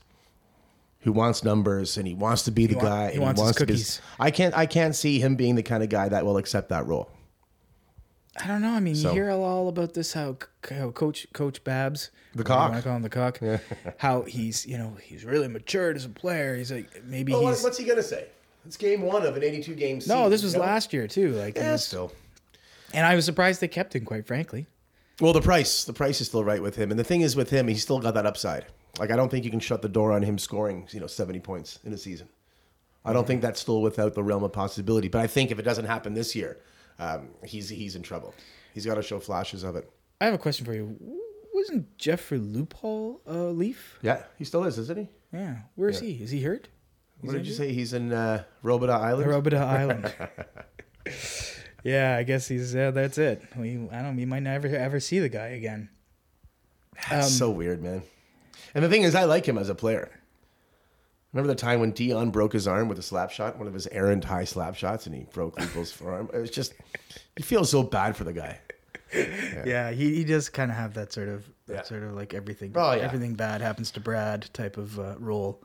B: who wants numbers and he wants to be the
A: want-
B: guy.
A: he
B: and
A: wants his
B: to be-
A: cookies.
B: I can't I can't see him being the kind of guy that will accept that role.
A: I don't know. I mean,
B: So-
A: you hear all about this how, c- how Coach Coach Babs, whatever you
B: The cock.
A: wanna call him the cock, how he's you know he's really matured as a player. He's like maybe he's
B: what's he gonna say? It's game one of an 82 game. Season,
A: no. This was last year too. Like, he
B: Yeah,
A: was-
B: still.
A: and I was surprised they kept him. Quite frankly,
B: Well, the price, the price is still right with him, and the thing is with him, he's still got that upside. Like I don't think you can shut the door on him scoring, you know, seventy points in a season. I don't think that's still without the realm of possibility. But I think if it doesn't happen this year, um, he's he's in trouble. He's got to show flashes of it.
A: I have a question for you. Wasn't Jeffrey Loophole a Leaf?
B: Yeah, he still is, isn't he?
A: Yeah, where is he? Is he hurt?
B: What did you say? He's in uh, Robida Island.
A: Robida Island. yeah, I guess he's. Yeah, that's it. We, I don't. We might never ever see the guy again. Um,
B: That's so weird, man. And the thing is, I like him as a player. Remember the time when Dion broke his arm with a slap shot, one of his errant high slap shots, and he broke Leopold's forearm? It was just, you feel so bad for the guy.
A: Yeah, he, he does kind of have that sort of that
B: Yeah.
A: sort of like everything
B: Oh, yeah.
A: everything bad happens to Brad type of uh, role.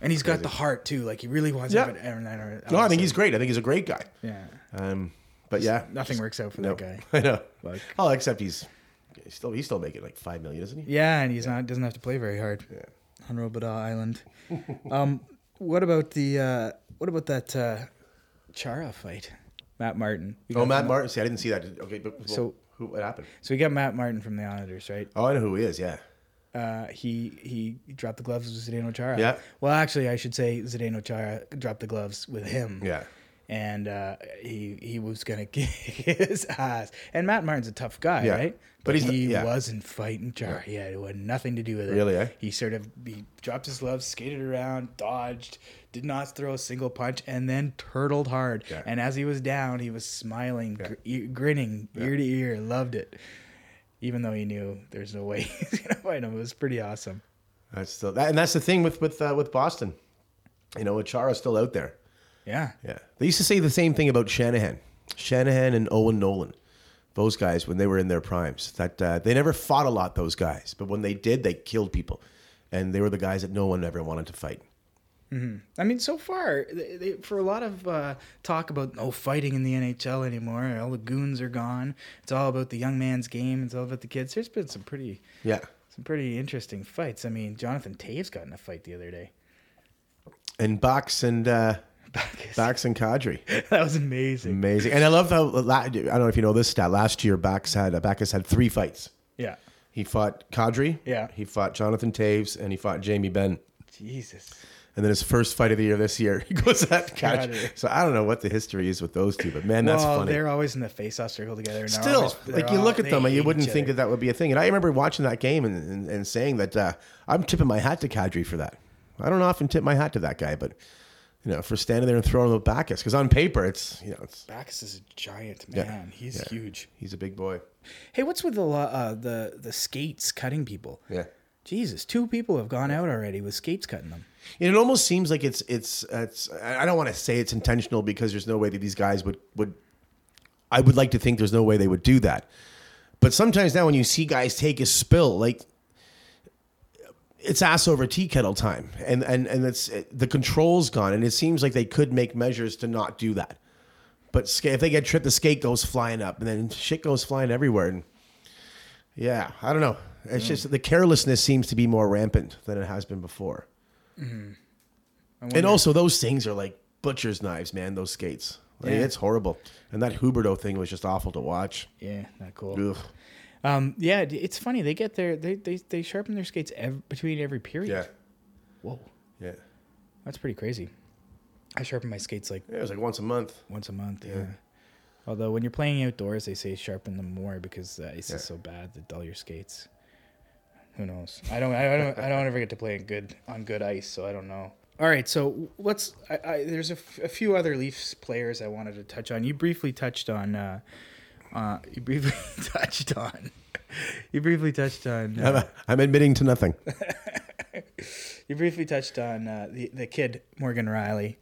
A: And he's got the heart too. Like he really wants
B: Yeah.
A: to have an Aaron Niner.
B: No, I think he's great. I think he's a great guy.
A: yeah.
B: Um, but yeah,
A: Nothing works out for that guy.
B: I know.
A: Like-
B: oh, except he's, he's still he's still making like five million, isn't he?
A: Yeah, and he's not doesn't have to play very hard on Robida Island. um, what about the uh, what about that uh, Chara fight? Matt Martin. We
B: Oh,
A: got-
B: Matt Martin. See, I didn't see that. Okay, but well,
A: So-
B: who? What happened?
A: So we got Matt Martin from the Islanders, right?
B: Oh, I know who he is. Yeah.
A: uh, he he dropped the gloves with Zdeno Chara.
B: Yeah.
A: Well, actually, I should say Zdeno Chara dropped the gloves with him.
B: Yeah.
A: And uh, he he was gonna kick his ass. And Matt Martin's a tough guy,
B: Yeah.
A: right?
B: But
A: But,
B: he's-
A: he
B: yeah.
A: wasn't fighting Chara. He had, it had nothing to do with it.
B: Really, eh?
A: He sort of he dropped his gloves, skated around, dodged, did not throw a single punch, and then turtled hard.
B: Yeah.
A: And as he was down, he was smiling, gr- e- grinning ear to ear. Loved it even though he knew there's no way he's gonna fight him. It was pretty awesome.
B: That's still that, and that's the thing with with uh, with Boston. You know, Achara's still out there.
A: Yeah.
B: Yeah. They used to say the same thing about Shanahan. Shanahan and Owen Nolan. Those guys, when they were in their primes, that uh, they never fought a lot, those guys. But when they did, they killed people. And they were the guys that no one ever wanted to fight.
A: I mean, so far, they, they, for a lot of uh, talk about no fighting in the NHL anymore, all the goons are gone. It's all about the young man's game. It's all about the kids. There's been some pretty,
B: Yeah.
A: some pretty interesting fights. I mean, Jonathan Taves got in a fight the other day.
B: And Box and uh,
A: Bacchus.
B: Box and Kadri.
A: that was amazing.
B: Amazing. And I love how, la- I don't know if you know this stat, last year Box had, uh, Bacchus had three fights.
A: Yeah.
B: He fought Kadri.
A: Yeah.
B: He fought Jonathan Taves and he fought Jamie Benn.
A: Jesus.
B: And then his first fight of the year this year, he goes at Kadri.
A: Kadri.
B: So I don't know what the history is with those two, but man, that's
A: well,
B: funny.
A: they're always in the face-off circle together. and they're
B: Still,
A: always- they're
B: like you
A: all-
B: look at
A: they
B: them and you
A: hate
B: wouldn't
A: each
B: think
A: other.
B: that that would be a thing. And I remember watching that game and, and, and saying that uh, I'm tipping my hat to Kadri for that. I don't often tip my hat to that guy, but you know, for standing there and throwing the back us, because on paper it's you know it's,
A: Bacchus is a giant
B: Yeah.
A: man. He's
B: Yeah.
A: huge.
B: he's a big boy.
A: Hey, what's with the lo- uh, the the skates cutting people?
B: Yeah,
A: Jesus, two people have gone out already with skates cutting them.
B: It almost seems like it's it's it's. I don't want to say it's intentional because there's no way that these guys would would. I would like to think there's no way they would do that, but sometimes now when you see guys take a spill, like it's ass over tea kettle time, and and and it's the control's gone, and it seems like they could make measures to not do that, but ska- if they get tripped, the skate goes flying up, and then shit goes flying everywhere, and yeah, I don't know. It's just the carelessness seems to be more rampant than it has been before. And also, those things are like butcher's knives, man. Those skates, like,
A: Yeah.
B: it's horrible. And that Huberto thing was just awful to watch.
A: Yeah, not cool.
B: Ugh.
A: Um, yeah, d- it's funny. They get their they they, they sharpen their skates ev- between every period.
B: Yeah,
A: Whoa,
B: yeah.
A: that's pretty crazy. I sharpen my skates like
B: It was like once a month.
A: once a month. Yeah. Although when you're playing outdoors, they say sharpen them more because the ice
B: Yeah.
A: is so bad that dull your skates. Who knows? I don't. I don't. I don't ever get to play in good on good ice, so I don't know. All right, so let's. I, I, there's a, f- a few other Leafs players I wanted to touch on. You briefly touched on. Uh, uh, you briefly touched on. You briefly touched on. uh,
B: I'm, I'm admitting to nothing.
A: you briefly touched on uh, the the kid Morgan Riley.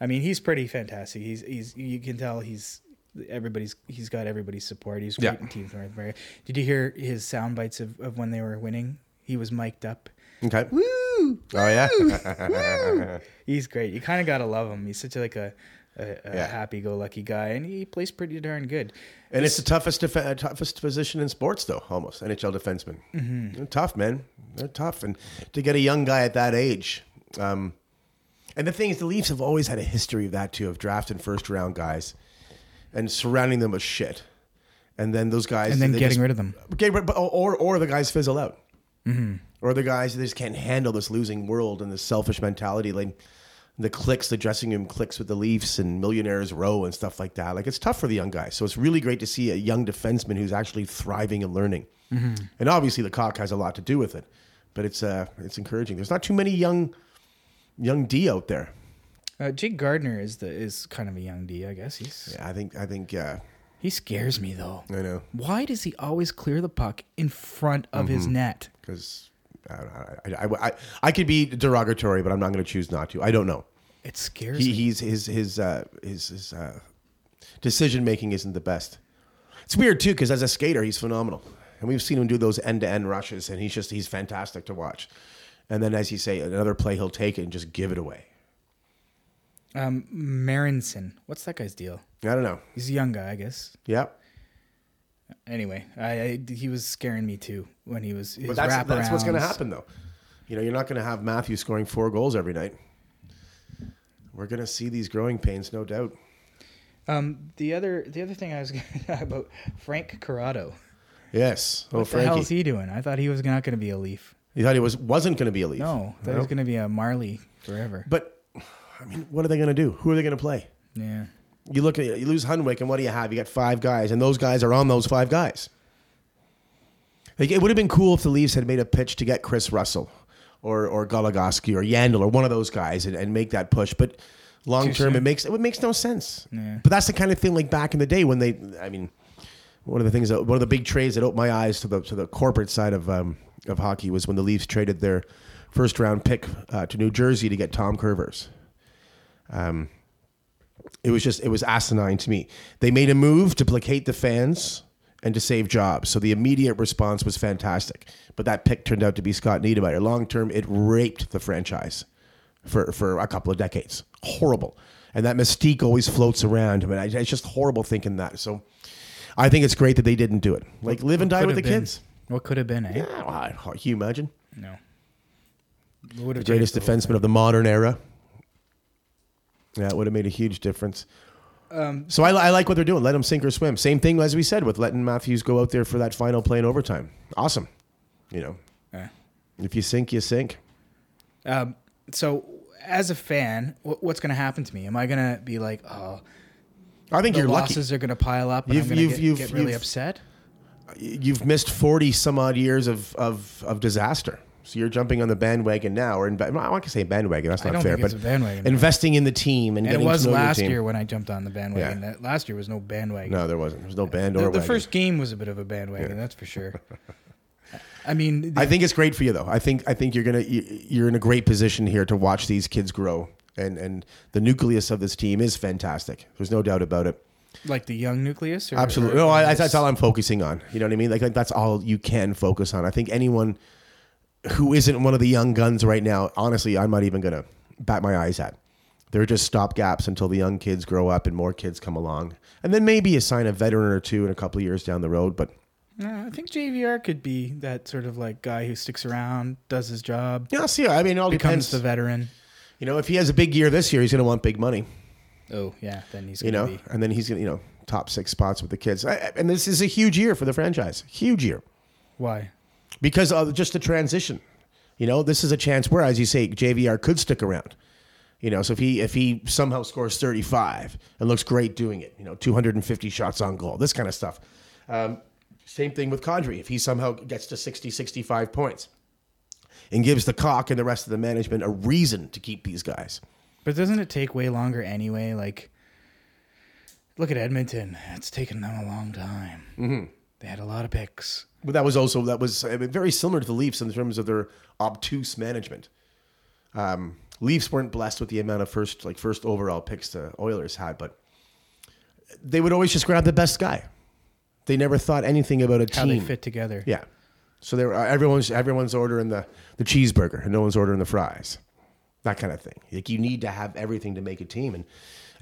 A: I mean, he's pretty fantastic. He's he's you can tell he's everybody's he's got everybody's support. He's great
B: Yeah.
A: in Team North America. Did you hear his sound bites of, of when they were winning? He was mic'd up.
B: Okay.
A: Woo!
B: Oh yeah.
A: Woo! he's great. You kind of gotta love him. He's such a, like a, a, a
B: Yeah.
A: happy-go-lucky guy, and he plays pretty darn good.
B: And it's the toughest def- uh, toughest position in sports, though. Almost NHL defensemen.
A: Mm-hmm.
B: They're tough, man. They're tough, and to get a young guy at that age. Um, and the thing is, the Leafs have always had a history of that too, of drafting first round guys, and surrounding them with shit, and then those guys,
A: And then
B: they
A: getting
B: just-
A: rid of them.
B: Okay, but, but- or or the guys fizzle out, or the guys they just can't handle this losing world and this selfish mentality, like the clicks, the dressing room clicks with the Leafs and Millionaires Row and stuff like that. Like it's tough for the young guys, so it's really great to see a young defenseman who's actually thriving and learning. And obviously, the cock has a lot to do with it, but it's uh it's encouraging. There's not too many young young D out there.
A: Uh, Jake Gardner is the is kind of a young D, I guess. He's
B: Yeah, I think I think uh,
A: he scares me though.
B: I know
A: Why does he always clear the puck in front of his
B: Mm-hmm.
A: net?
B: because. I, uh, I, I, I, I could be derogatory, but I'm not going to choose not to. I don't know.
A: It scares
B: he,
A: me.
B: he's his his uh, his, his uh, decision making isn't the best. It's weird too because as a skater, he's phenomenal, and we've seen him do those end to end rushes, and he's just he's fantastic to watch. And then, as you say, another play he'll take it and just give it away.
A: Um, Marinson. What's that guy's deal?
B: I don't know.
A: He's a young guy, I guess.
B: Yeah,
A: Anyway, I, I he was scaring me too when he was his
B: but that's that's what's going to
A: wraparounds.
B: happen though. You know, you're not going to have Matthew scoring four goals every night. We're going to see these growing pains, no doubt.
A: Um, the other the other thing I was going to talk about Frank Corrado.
B: Yes. Oh,
A: What the hell is
B: Frankie.
A: he doing? I thought he was not going to be a Leaf.
B: You thought he was wasn't going to be a leaf.
A: No, that
B: Well,
A: was going to be a Marley forever.
B: But I mean, what are they going to do? Who are they going to play?
A: yeah.
B: you look at you lose Hunwick, and what do you have? You got five guys, and those guys are on those five guys. Like, it would have been cool if the Leafs had made a pitch to get Chris Russell, or or Goligoski, or Yandel, or one of those guys, and, and make that push. But long term, it makes it makes no sense.
A: Yeah.
B: But that's the kind of thing like back in the day when they, I mean, one of the things that one of the big trades that opened my eyes to the to the corporate side of um, of hockey was when the Leafs traded their first round pick uh, to New Jersey to get Tom Curvers it was just it was asinine to me. They made a move to placate the fans and to save jobs. So the immediate response was fantastic. But that pick turned out to be Scott Niedermeyer. Long term, it raped the franchise for for a couple of decades. Horrible. And that mystique always floats around. I mean, I, it's just horrible thinking that. So I think it's great that they didn't do it. Like live and die
A: Could
B: with the
A: have been.
B: kids.
A: What could have been? Eh?
B: Yeah, well, I- can you imagine?
A: No. What would have
B: Greatest
A: changed
B: defenseman of the modern era. Yeah, it would have made a huge difference.
A: Um,
B: so I, I like what they're doing. Let them sink or swim. Same thing as we said with letting Matthews go out there for that final play in overtime. Awesome. You know,
A: the whole thing?
B: if you sink, you sink.
A: Um, so, as a fan, wh- what's going to happen to me? Am I going to be like, oh,
B: I think
A: the
B: you're lucky.
A: losses are going to pile up and
B: You've-
A: I'm going to
B: you've-
A: get,
B: you've-
A: get really
B: you've-
A: upset?
B: You've missed 40 some odd years of, of, of disaster. So you're jumping on the bandwagon now, or in, I want to say bandwagon. That's
A: I
B: not
A: don't
B: fair,
A: think it's a
B: but
A: bandwagon.
B: investing in the team and,
A: And it
B: getting
A: was
B: to know your
A: last
B: team.
A: year when I jumped on the bandwagon. That- Last year was no bandwagon.
B: No, there wasn't. There was no band or
A: the, the
B: wagon.
A: first game was a bit of a bandwagon, that's for sure. I mean,
B: I think it's great for you though. I think I think you're gonna you- you're in a great position here to watch these kids grow, and and the nucleus of this team is fantastic. There's no doubt about it.
A: like the young nucleus. Or,
B: Absolutely.
A: or-
B: No, I,
A: or
B: that's
A: just-
B: all I'm focusing on. You know what I mean? Like, like that's all you can focus on. I think anyone who isn't one of the young guns right now, honestly, I'm not even gonna bat my eyes at. They're just stopgaps until the young kids grow up and more kids come along, and then maybe assign a veteran or two in a couple of years down the road. But
A: No, I think JVR could be that sort of like guy who sticks around, does his job,
B: yeah, see, I mean, it all
A: becomes
B: depends.
A: the veteran.
B: you know, if he has a big year this year, he's gonna want big money.
A: Oh yeah, then he's
B: you
A: gonna
B: know,
A: be.
B: and then he's gonna, you know, top six spots with the kids. I- I- And this is a huge year for the franchise, huge year
A: Why?
B: because of just the transition. You know, this is a chance where, as you say, JVR could stick around. You know, so if he if he somehow scores thirty five and looks great doing it, you know, two hundred and fifty shots on goal, this kind of stuff. Um, same thing with Condry. If he somehow gets to 60, 65 points and gives the cock and the rest of the management a reason to keep these guys.
A: But doesn't it take way longer anyway? Like, look at Edmonton. It's taken them a long time. Mm-hmm. They had a lot of picks.
B: But that was also that was I mean, very similar to the Leafs in terms of their obtuse management. Um, Leafs weren't blessed with the amount of first like first overall picks the Oilers had, but they would always just grab the best guy. They never thought anything about a
A: How
B: team.
A: they fit together.
B: Yeah, so they were uh, everyone's everyone's ordering the the cheeseburger and no one's ordering the fries, that kind of thing. Like you need to have everything to make a team. And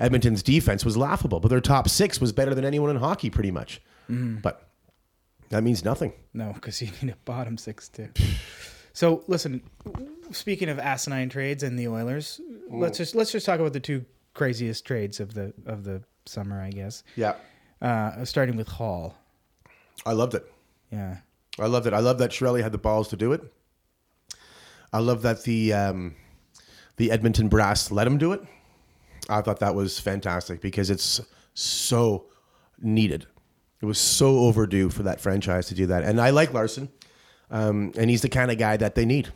B: Edmonton's defense was laughable, but their top six was better than anyone in hockey, pretty much.
A: Mm-hmm.
B: But that means nothing.
A: No, because you need a bottom six too. so listen, speaking of asinine trades and the Oilers, let's just let's just talk about the two craziest trades of the of the summer, I guess.
B: Yeah.
A: Uh, starting with Hall.
B: I loved it.
A: Yeah.
B: I loved it. I love that Shirelli had the balls to do it. I love that the um, the Edmonton brass let him do it. I thought that was fantastic because it's so needed. It was so overdue for that franchise to do that, and I like Larson, um, and he's the kind of guy that they need.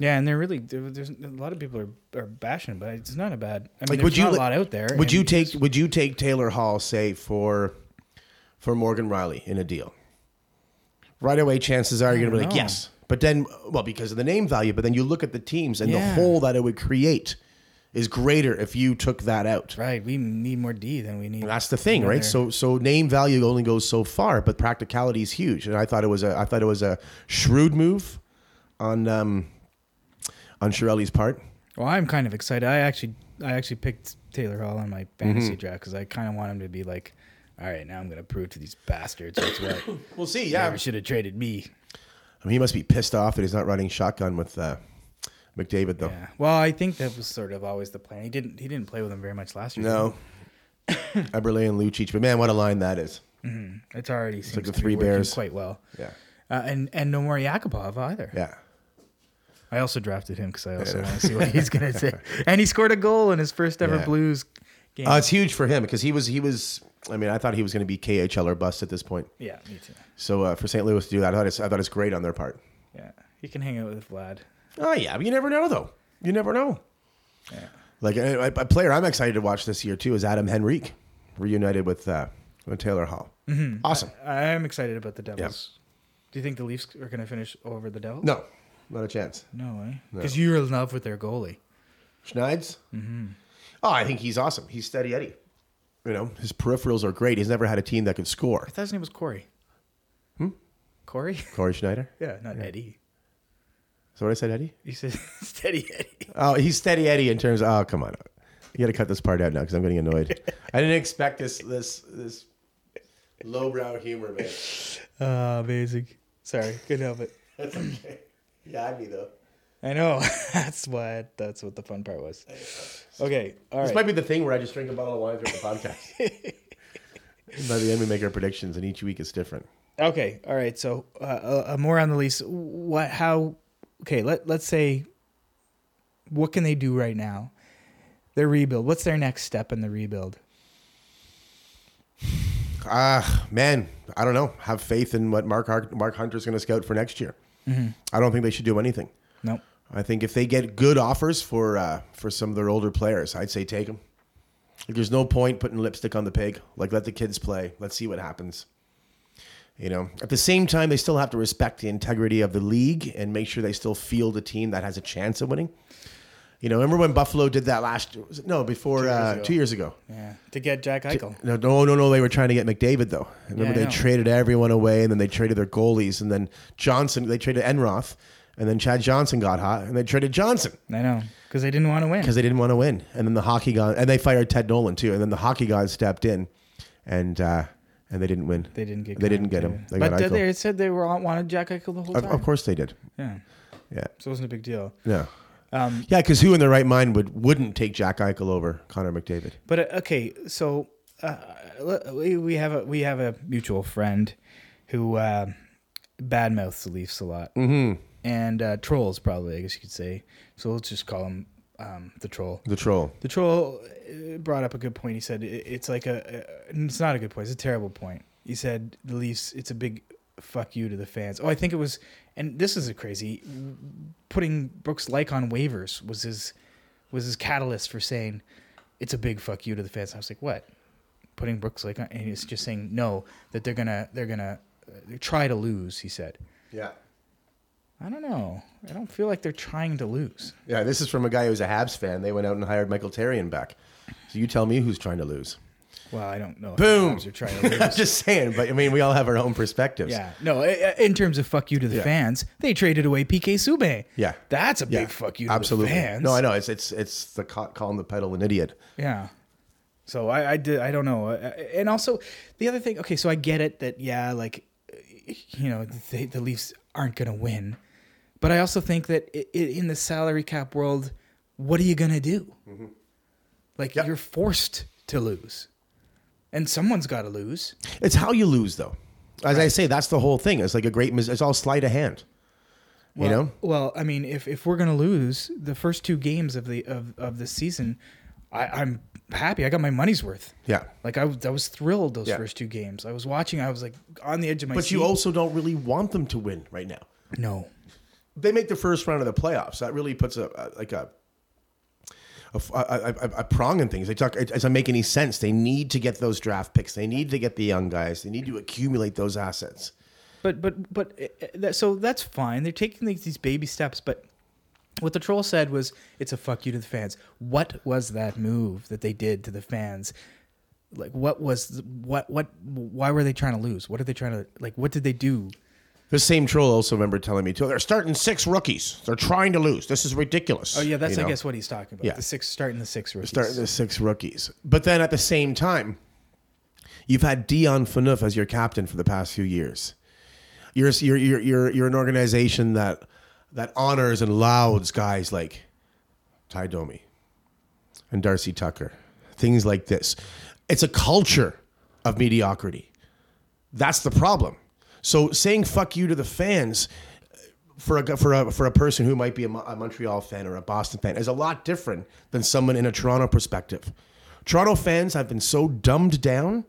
A: Yeah, and they're really there- there's a lot of people are, are bashing, but it's not a bad. I mean,
B: Like,
A: there's
B: would you
A: not
B: li-
A: a lot out there.
B: Would
A: and
B: you take Would you take Taylor Hall say for for Morgan Riley in a deal? Right away, chances are you're gonna be like
A: know.
B: yes, but then well because of the name value, but then you look at the teams and the
A: Yeah.
B: hole that it would create is greater if you took that out.
A: Right, we need more D than we need.
B: That's the thing,
A: another-
B: right? So so name value only goes so far, but practicality is huge. And I thought it was a I thought it was a shrewd move on um on Shirelli's part.
A: Well, I'm kind of excited. I actually, I actually picked Taylor Hall on
B: Mm-hmm.
A: my fantasy draft because I kind of want him to be like, all right, now I'm going to prove to these bastards that's what
B: We'll see.
A: never should have traded me.
B: I mean, he must be pissed off that he's not running shotgun with uh, McDavid, though.
A: Yeah. Well, I think that was sort of always the plan. He didn't, he didn't play with him very much last year.
B: No. Eberle and Lucic, but man, what a line that is.
A: it's already seems
B: like the
A: to be
B: three
A: working
B: bears.
A: quite well.
B: Yeah.
A: Uh, and and no more Yakubov either.
B: Yeah.
A: I also drafted him because I also want to see what he's gonna say. And he scored a goal in his first ever
B: Yeah.
A: Blues game.
B: Uh, it's huge for him because he was, he was, I mean, I thought he was going to be KHL or bust at this point.
A: yeah, me too.
B: So uh, for St. Louis to do that, I thought it's, I thought it's great on their part.
A: Yeah, he can hang out with Vlad.
B: Oh, yeah. But you never know, though. You never know.
A: Yeah.
B: Like a, a player I'm excited to watch this year, too, is Adam Henrique, reunited with, uh, with Taylor Hall.
A: Mm-hmm.
B: Awesome.
A: I'm excited about the Devils. Do you think the Leafs are going to finish over the Devils?
B: No, not a chance.
A: No way. Because you're in love with their goalie.
B: Schneids. Oh, I think he's awesome. He's steady Eddie. You know, his peripherals are great. He's never had a team that could score.
A: I thought his name was Corey. Hmm? Corey?
B: Corey Schneider.
A: Yeah, not Eddie.
B: Is that what I said, Eddie?
A: You said Steady Eddie.
B: Oh, he's steady Eddie in terms. Of, oh, come on. You got to cut this part out now because I'm getting annoyed. I didn't expect this this this lowbrow humor, man.
A: Oh, amazing. Sorry, couldn't help it.
B: That's okay. Yeah, I'd be though.
A: I know. that's why. That's what the fun part was. Okay. All
B: This
A: right.
B: might be the thing where I just drink a bottle of wine during the podcast. By the end, we make our predictions, and each week is different.
A: okay. All right. So, uh, uh, uh, more on the lease. What? How? Okay. Let Let's say. What can they do right now? Their rebuild. What's their next step in the rebuild?
B: Ah, man, I don't know. Have faith in what Mark Har- Mark Hunter's going to scout for next year. I don't think they should do anything.
A: Nope.
B: I think if they get good offers for uh, for some of their older players, I'd say take them. Like, there's no point putting lipstick on the pig. Like, let the kids play. Let's see what happens. You know, at the same time, they still have to respect the integrity of the league and make sure they still field a team that has a chance of winning. You know, remember when Buffalo did that last? was it- No, before two years,
A: ago.
B: uh, ago. Two years ago.
A: Yeah, to get Jack Eichel.
B: No, no, no, no. They were trying to get McDavid though. Remember
A: Yeah, I
B: they
A: know.
B: traded everyone away, and then they traded their goalies, and then Johnson. They traded Enroth, and then Chad Johnson got hot, and they traded Johnson
A: I know because they didn't want to win.
B: because they didn't want to win. And then the hockey guy, and they fired Ted Nolan too. And then the hockey guy stepped in, and uh, and they didn't win.
A: They didn't get.
B: They
A: Conn,
B: didn't get him.
A: yeah.
B: They
A: but
B: got
A: did
B: Eichel.
A: they it said they were all, wanted Jack Eichel the whole
B: Of,
A: time.
B: of course they did.
A: Yeah,
B: Yeah.
A: so it wasn't a big deal.
B: No.
A: Um,
B: Yeah, because who in their right mind would wouldn't take Jack Eichel over Connor McDavid?
A: But uh, okay, so uh, we we have a we have a mutual friend who uh, badmouths the Leafs a lot mm-hmm. and uh, trolls probably, I guess you could say. So let's just call him um, the troll.
B: The troll.
A: The troll uh, brought up a good point. He said it, it's like a, a it's not a good point. It's a terrible point. He said the Leafs. It's a big fuck you to the fans. Oh, I think it was, and this is a crazy. Putting Brooks Like on waivers was his was his catalyst for saying it's a big fuck you to the fans. I was like, what? Putting Brooks Like on, and he's just saying no that they're gonna they're gonna uh, try to lose. He said,
B: Yeah.
A: I don't know. I don't feel like they're trying to lose.
B: Yeah. This is from a guy who's a Habs fan. They went out and hired Michael Therrien back. So you tell me who's trying to lose.
A: Well, I don't know. If
B: Boom.
A: They're trying to lose.
B: I'm just saying, but I mean, we all have our own perspectives.
A: Yeah. No, i- i- in terms of fuck you to the
B: Yeah.
A: fans, they traded away PK Subban.
B: Yeah.
A: That's a big
B: Yeah,
A: fuck you to the
B: absolutely.
A: fans.
B: No, I know it's it's it's the ca- calling the pedal an idiot.
A: Yeah. So I, I did I don't know. Uh, And also the other thing, okay, so I get it that yeah, like you know, they, the Leafs aren't going to win. But I also think that i i in the salary cap world, what are you going to do?
B: Mm-hmm.
A: Like
B: Yep.
A: you're forced to lose. And someone's got to lose.
B: It's how you lose, though. As I say, that's the whole thing. It's like a great. mis- It's all sleight of hand.
A: Well,
B: you know.
A: Well, I mean, if if we're gonna lose the first two games of the of of the season, I, I'm happy. I got my money's worth.
B: Yeah.
A: Like I, was- I was thrilled those
B: Yeah.
A: first two games. I was watching. I was like on the edge of my.
B: But
A: seat.
B: you also don't really want them to win right now.
A: no.
B: They make the first round of the playoffs. That really puts a, a like a. A, f- a- a- a- a prong in things. They talk. It it doesn't make any sense. They need to get those draft picks. They need to get the young guys. They need to accumulate those assets.
A: But but but uh, uh, that, so that's fine. They're taking these, these baby steps. But what the troll said was, "It's a fuck you to the fans." What was that move that they did to the fans? Like what was what what why were they trying to lose? What are they trying to like? What did they do?
B: The same troll also remember telling me too. They're starting six rookies. They're trying to lose. This is ridiculous.
A: Oh yeah, that's I
B: You know?
A: guess what he's talking about.
B: Yeah.
A: The six starting the six rookies.
B: starting the six rookies. But then at the same time, you've had Dion Phaneuf as your captain for the past few years. You're you're you're you're, you're an organization that that honors and lauds guys like Ty Domi and Darcy Tucker, things like this. It's a culture of mediocrity. That's the problem. So saying "fuck you" to the fans uh, for a gu- for a for a person who might be a, Mo- a Montreal fan or a Boston fan is a lot different than someone in a Toronto perspective. Toronto fans have been so dumbed down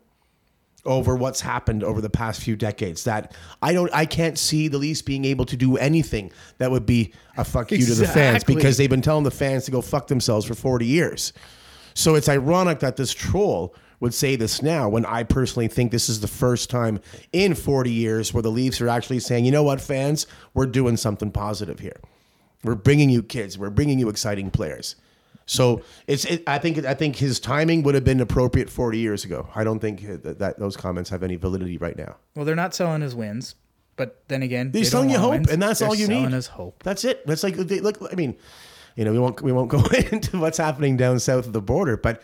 B: over what's happened over the past few decades that I don't I can't see the Leafs being able to do anything that would be a fuck you to the fans
A: Exactly.
B: because they've been telling the fans to go fuck themselves for 40 years. So it's ironic that this troll would say this now when I personally think this is the first time in 40 years where the Leafs are actually saying, you know what, fans, we're doing something positive here. We're bringing you kids. We're bringing you exciting players. So it's. It, I think. I think his timing would have been appropriate 40 years ago. I don't think that, that those comments have any validity right now.
A: Well, they're not selling his wins, but then again,
B: He's
A: they
B: selling
A: don't
B: you
A: want
B: hope,
A: wins.
B: and that's
A: They're
B: all you
A: Selling
B: need.
A: us hope.
B: That's it. That's like they, look. I mean, you know, we won't we won't go into what's happening down south of the border, but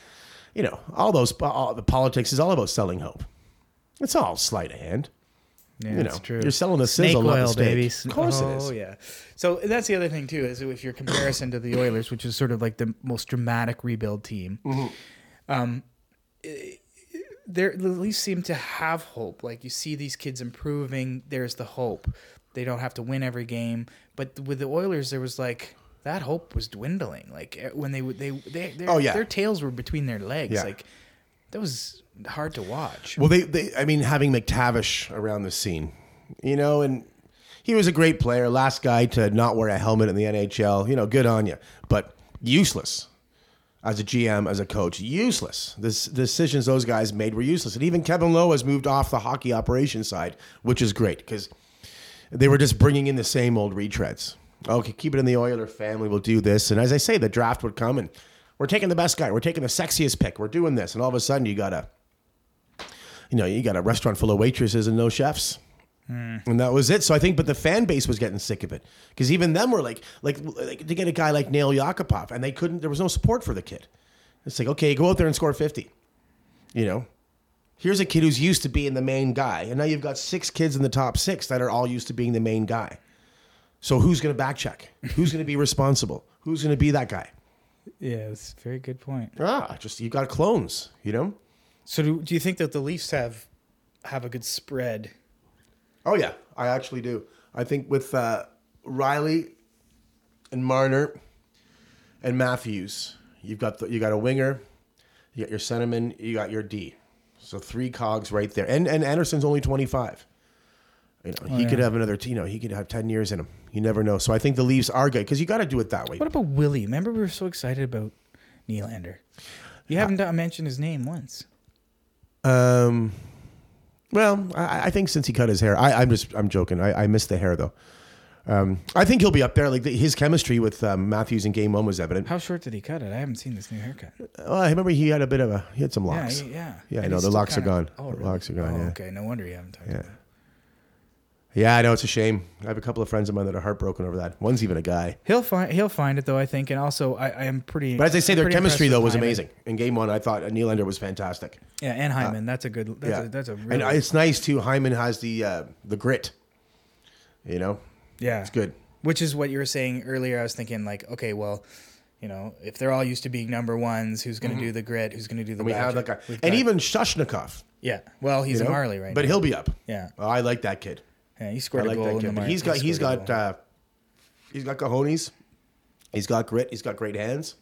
B: you know, all those all, the politics is all about selling hope. It's all sleight of hand.
A: Yeah,
B: you
A: that's
B: know,
A: true.
B: you're selling the
A: Snake
B: sizzle, not the
A: oil,
B: steak.
A: baby.
B: Of course it
A: oh,
B: is.
A: yeah. So that's the other thing too is if your comparison to the Oilers, which is sort of like the most dramatic rebuild team,
B: Mm-hmm.
A: um, there the Leafs seem to have hope. Like you see these kids improving. There's the hope. They don't have to win every game. But with the Oilers, there was like. That hope was dwindling. Like eh, when they would, they, they, their,
B: Oh, yeah.
A: their tails were between their legs.
B: Yeah.
A: Like that was hard to watch.
B: Well, they, they I mean, having McTavish around the scene, you know, and he was a great player, last guy to not wear a helmet in the NHL. You know, good on you, but useless. as a GM, as a coach, useless. This, the decisions those guys made were useless. And even Kevin Lowe has moved off the hockey operations side, which is great because they were just bringing in the same old retreads. Okay, keep it in the Oiler family. We'll do this. And as I say, the draft would come and we're taking the best guy. We're taking the sexiest pick. We're doing this. And all of a sudden, you got a, you know, you got a restaurant full of waitresses and no chefs. And that was it. So I think, but the fan base was getting sick of it because even them were like, like, like to get a guy like Nail Yakupov, and they couldn't. There was no support for the kid. It's like, okay, go out there and score fifty. You know, here's a kid who's used to being the main guy, and now you've got six kids in the top six that are all used to being the main guy. So who's going to back check? Who's going to be responsible? Who's going to be that guy?
A: Yeah, it's a very good point.
B: Ah, just you got clones. You know.
A: So do, do you think that the Leafs have have a good spread?
B: Oh yeah, I actually do. I think with uh, Riley and Marner and Matthews, you've got the, you got a winger, you got your centerman, you got your D. So three cogs right there, and and Anderson's only twenty five. You know, he could have another. You know, he could have ten years in him. You never know. So I think the Leafs are good because you got to do it that way.
A: What about Willie? Remember we were so excited about Nylander. You haven't uh, mentioned his name once.
B: Um, well, I, I think since he cut his hair, I, I'm just I'm joking. I, I miss the hair though. Um, I think he'll be up there. Like the, his chemistry with um, Matthews in Game One was evident.
A: How short did he cut it? I haven't seen this new haircut.
B: Uh, I remember he had a bit of a he had some
A: Yeah,
B: locks.
A: yeah, yeah.
B: Yeah,
A: And
B: I know,
A: he's
B: the
A: still
B: locks are
A: kinda- Oh,
B: gone. The locks are gone, yeah.
A: Okay, no wonder you haven't talked about it.
B: Yeah, I know it's a shame. I have a couple of friends of mine that are heartbroken over that. One's even a guy.
A: He'll find he'll find it though, I think, and also I, I am pretty.
B: But as I say, their
A: pretty
B: chemistry
A: impressed
B: though
A: with
B: was
A: Hyman.
B: amazing. In game one, I thought Nylander was fantastic.
A: Yeah, and Hyman, that's a good. That's
B: yeah,
A: a, that's a really,
B: and it's nice too. Hyman has the uh, the grit. You know,
A: yeah,
B: it's good.
A: Which is what you were saying earlier. I was thinking like, okay, well, you know, if they're all used to being number ones, who's going to do the grit? Who's going to do the?
B: We have that
A: magic?
B: guy,
A: We've
B: Mm-hmm. and
A: got-
B: even Shashnikov.
A: yeah, well, he's
B: you
A: a
B: know?
A: Marley right
B: But
A: now.
B: he'll be up.
A: Yeah.
B: Oh, I like that kid.
A: yeah, he
B: I
A: scored a
B: like
A: goal
B: that
A: in the
B: kid. But
A: Marley.
B: he's got he's
A: scored a
B: got
A: goal.
B: uh, he's got cojones. He's got grit. He's got great hands.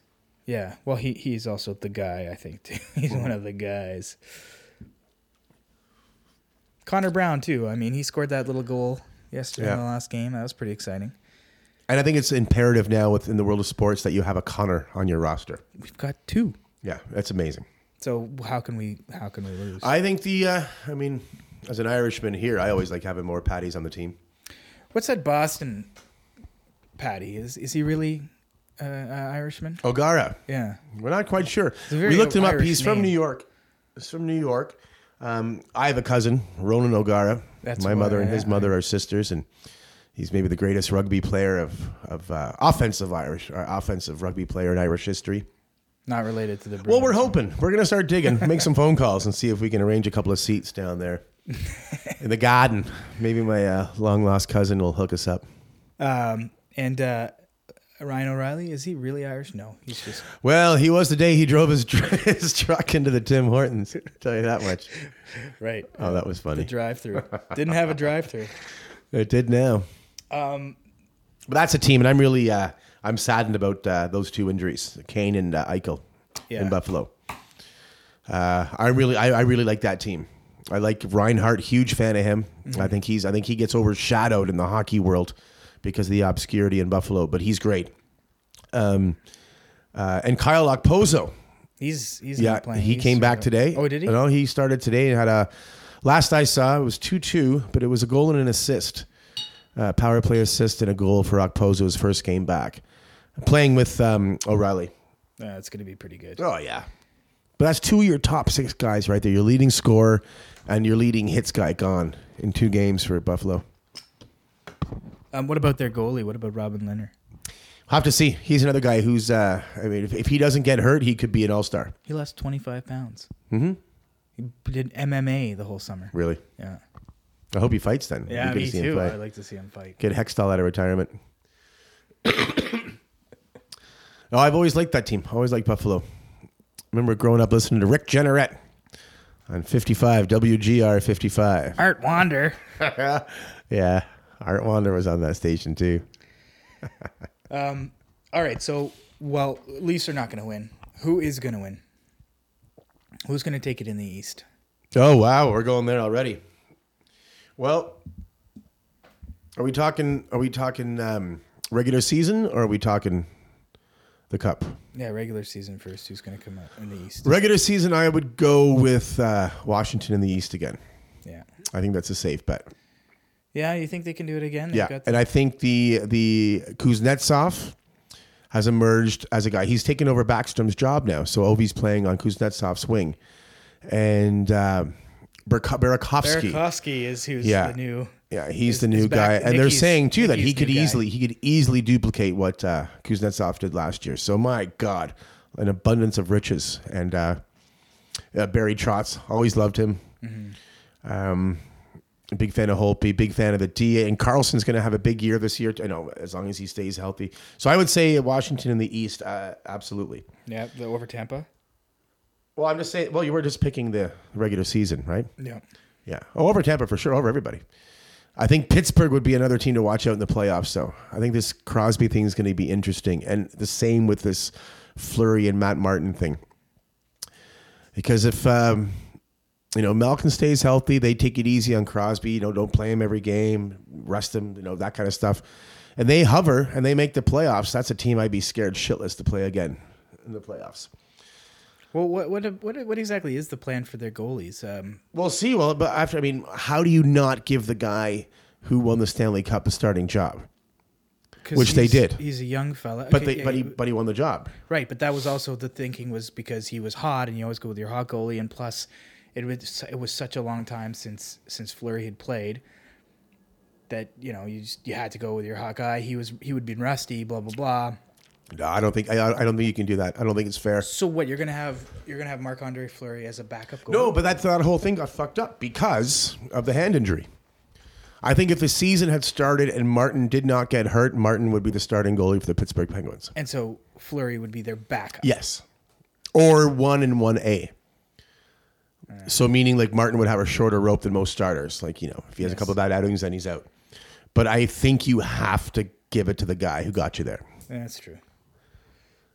A: yeah, well, he he's also the guy. I think too. he's one of the guys. Connor Brown too. I mean, he scored that little goal yesterday in the
B: Yeah.
A: last game. That was pretty exciting.
B: And I think it's imperative now within the world of sports that you have a Connor on your roster.
A: We've got two.
B: Yeah, that's amazing.
A: So how can we how can we lose?
B: I think the, uh, I mean, as an Irishman here, I always like having more patties on the team.
A: What's that Boston Patty? Is is he really uh, uh, Irishman?
B: O'Gara,
A: Yeah.
B: we're not quite sure.
A: a very
B: We looked him up.
A: Irish
B: He's from
A: name.
B: New York. He's from New York. Um, I have a cousin, Ronan O'Gara.
A: That's
B: my
A: why
B: mother and
A: I-
B: his mother are sisters, and he's maybe the greatest rugby player of of uh, offensive Irish, or offensive rugby player in Irish history.
A: Not related to the
B: Well, we're
A: Bruins.
B: hoping. We're going to start digging, make some phone calls, and see if we can arrange a couple of seats down there in the garden. Maybe my uh, long lost cousin will hook us up.
A: um and uh Ryan O'Reilly, is he really Irish? No, he's just
B: Well, he was the day he drove his, tr- his truck into the Tim Hortons. Tell you that much.
A: right.
B: Oh, that was funny.
A: Drive through. Didn't have a drive through.
B: It did now.
A: Um
B: But that's a team, and I'm really uh, I'm saddened about uh, those two injuries, Kane and uh, Eichel
A: Yeah.
B: in Buffalo. Uh, I really I, I really like that team. I like Reinhardt, huge fan of him.
A: Mm-hmm.
B: I think he's I think he gets overshadowed in the hockey world because of the obscurity in Buffalo, but he's great. Um, uh, and Kyle Ocpozo,
A: he's he's
B: yeah,
A: not playing.
B: he
A: He's
B: came
A: sort
B: back
A: of-
B: today. uh,
A: Oh, did he?
B: No, he started today and had a. Last I saw, it was two-two, but it was a goal and an assist, uh, power play assist and a goal for Okpozo his first game back, playing with um, O'Reilly.
A: Uh, it's gonna be pretty good.
B: Oh yeah, but that's two of your top six guys right there. Your leading scorer and your leading hits guy gone in two games for Buffalo.
A: Um what about their goalie? What about Robin Leonard?
B: I'll have to see. He's another guy who's. Uh, I mean, if, if he doesn't get hurt, he could be an all-star.
A: He lost twenty five pounds. Mm-hmm. He did MMA the whole summer.
B: Really,
A: Yeah.
B: I hope he fights then. It'd be
A: Yeah,
B: good to
A: me
B: see him
A: too.
B: play.
A: I'd like to see him fight.
B: Get Hextall out of retirement. no, I've always liked that team. I always liked Buffalo. Remember growing up listening to Rick Jenneret on 55 WGR 55.
A: Art Wander.
B: Yeah, Art Wander was on that station too.
A: All right, so well, Leafs are not going to win. Who is going to win? Who's going to take it in the East?
B: Oh wow, we're going there already. Well, are we talking? Are we talking um, regular season or are we talking the cup?
A: Yeah, regular season first. Who's going to come out in the East?
B: Regular season, I would go with uh, Washington in the East again.
A: Yeah.
B: I think that's a safe bet.
A: Yeah, you think they can do it again? They've
B: Yeah,
A: got the-
B: and I think the the Kuznetsov has emerged as a guy. He's taken over Backstrom's job now, so Ovi's playing on Kuznetsov's wing, and uh, Berk- Burakovsky.
A: Burakovsky is who's
B: Yeah.
A: the new.
B: yeah, he's
A: is-
B: the new
A: is
B: guy,
A: back.
B: and they're
A: Nicky's-
B: saying too that he
A: Nicky's
B: could
A: new guy.
B: easily he could easily duplicate what uh, Kuznetsov did last year. So my God, an abundance of riches, and uh, uh, Barry Trotz always loved him.
A: Mm-hmm.
B: Um, a big fan of Holpe, big fan of the D, and Carlson's going to have a big year this year. I know as long as he stays healthy. So I would say Washington in the East, uh, absolutely.
A: Yeah, the over Tampa.
B: Well, I'm just saying. Well, you were just picking the regular season, right?
A: Yeah.
B: Yeah. Oh, over Tampa for sure. Over everybody. I think Pittsburgh would be another team to watch out in the playoffs, though. I think this Crosby thing is going to be interesting. And the same with this Flurry and Matt Martin thing. Because if, um, you know, Malkin stays healthy, they take it easy on Crosby, you know, don't play him every game, rest him, you know, that kind of stuff. And they hover and they make the playoffs. That's a team I'd be scared shitless to play again in the playoffs.
A: Well, what what what what exactly is the plan for their goalies? Um,
B: We'll see. Well, but after, I mean, how do you not give the guy who won the Stanley Cup a starting job?
A: 'cause
B: Which they
A: he's-
B: did.
A: He's a young fella.
B: But
A: Okay,
B: they,
A: yeah,
B: but he, but he won the job.
A: Right, but that was also the thinking was because he was hot, and you always go with your hot goalie, and plus, it was it was such a long time since since Fleury had played that you know you just, you had to go with your hot guy. He was he would be rusty, blah blah blah.
B: No, I don't think. I, I don't think you can do that. I don't think it's fair.
A: So what you're gonna have you're gonna have Marc Andre Fleury as a backup goalie?
B: No, but that that whole thing got fucked up because of the hand injury. I think if the season had started and Martin did not get hurt, Martin would be the starting goalie for the Pittsburgh Penguins.
A: and so Fleury would be their backup.
B: Yes, or one and one A. So meaning like Martin would have a shorter rope than most starters. Like you know, if he has a couple of bad outings, then he's out. But I think you have to give it to the guy who got you there.
A: That's true.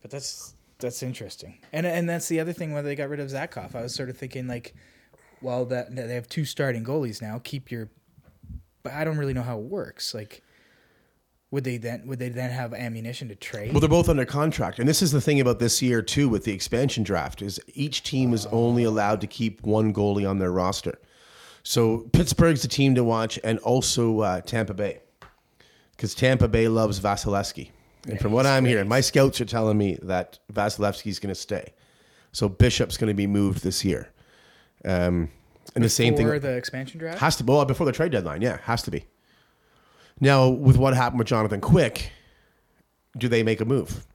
A: But that's that's interesting. And and that's the other thing whether they got rid of Zakoff. I was sort of thinking like, well, that that they have two starting goalies now. Keep your, but I don't really know how it works. Like, would they then would they then have ammunition to trade?
B: Well, they're both under contract, and this is the thing about this year too with the expansion draft is each team is only allowed to keep one goalie on their roster. So Pittsburgh's the team to watch, and also uh, Tampa Bay, because Tampa Bay loves Vasilevsky, and from what I'm hearing, my scouts are telling me that Vasilevsky's going to stay. So Bishop's going to be moved this year, um, and the same thing
A: or the expansion draft?
B: has to be well, before the trade deadline. Yeah, has to be. Now, with what happened with Jonathan Quick, do they make a move?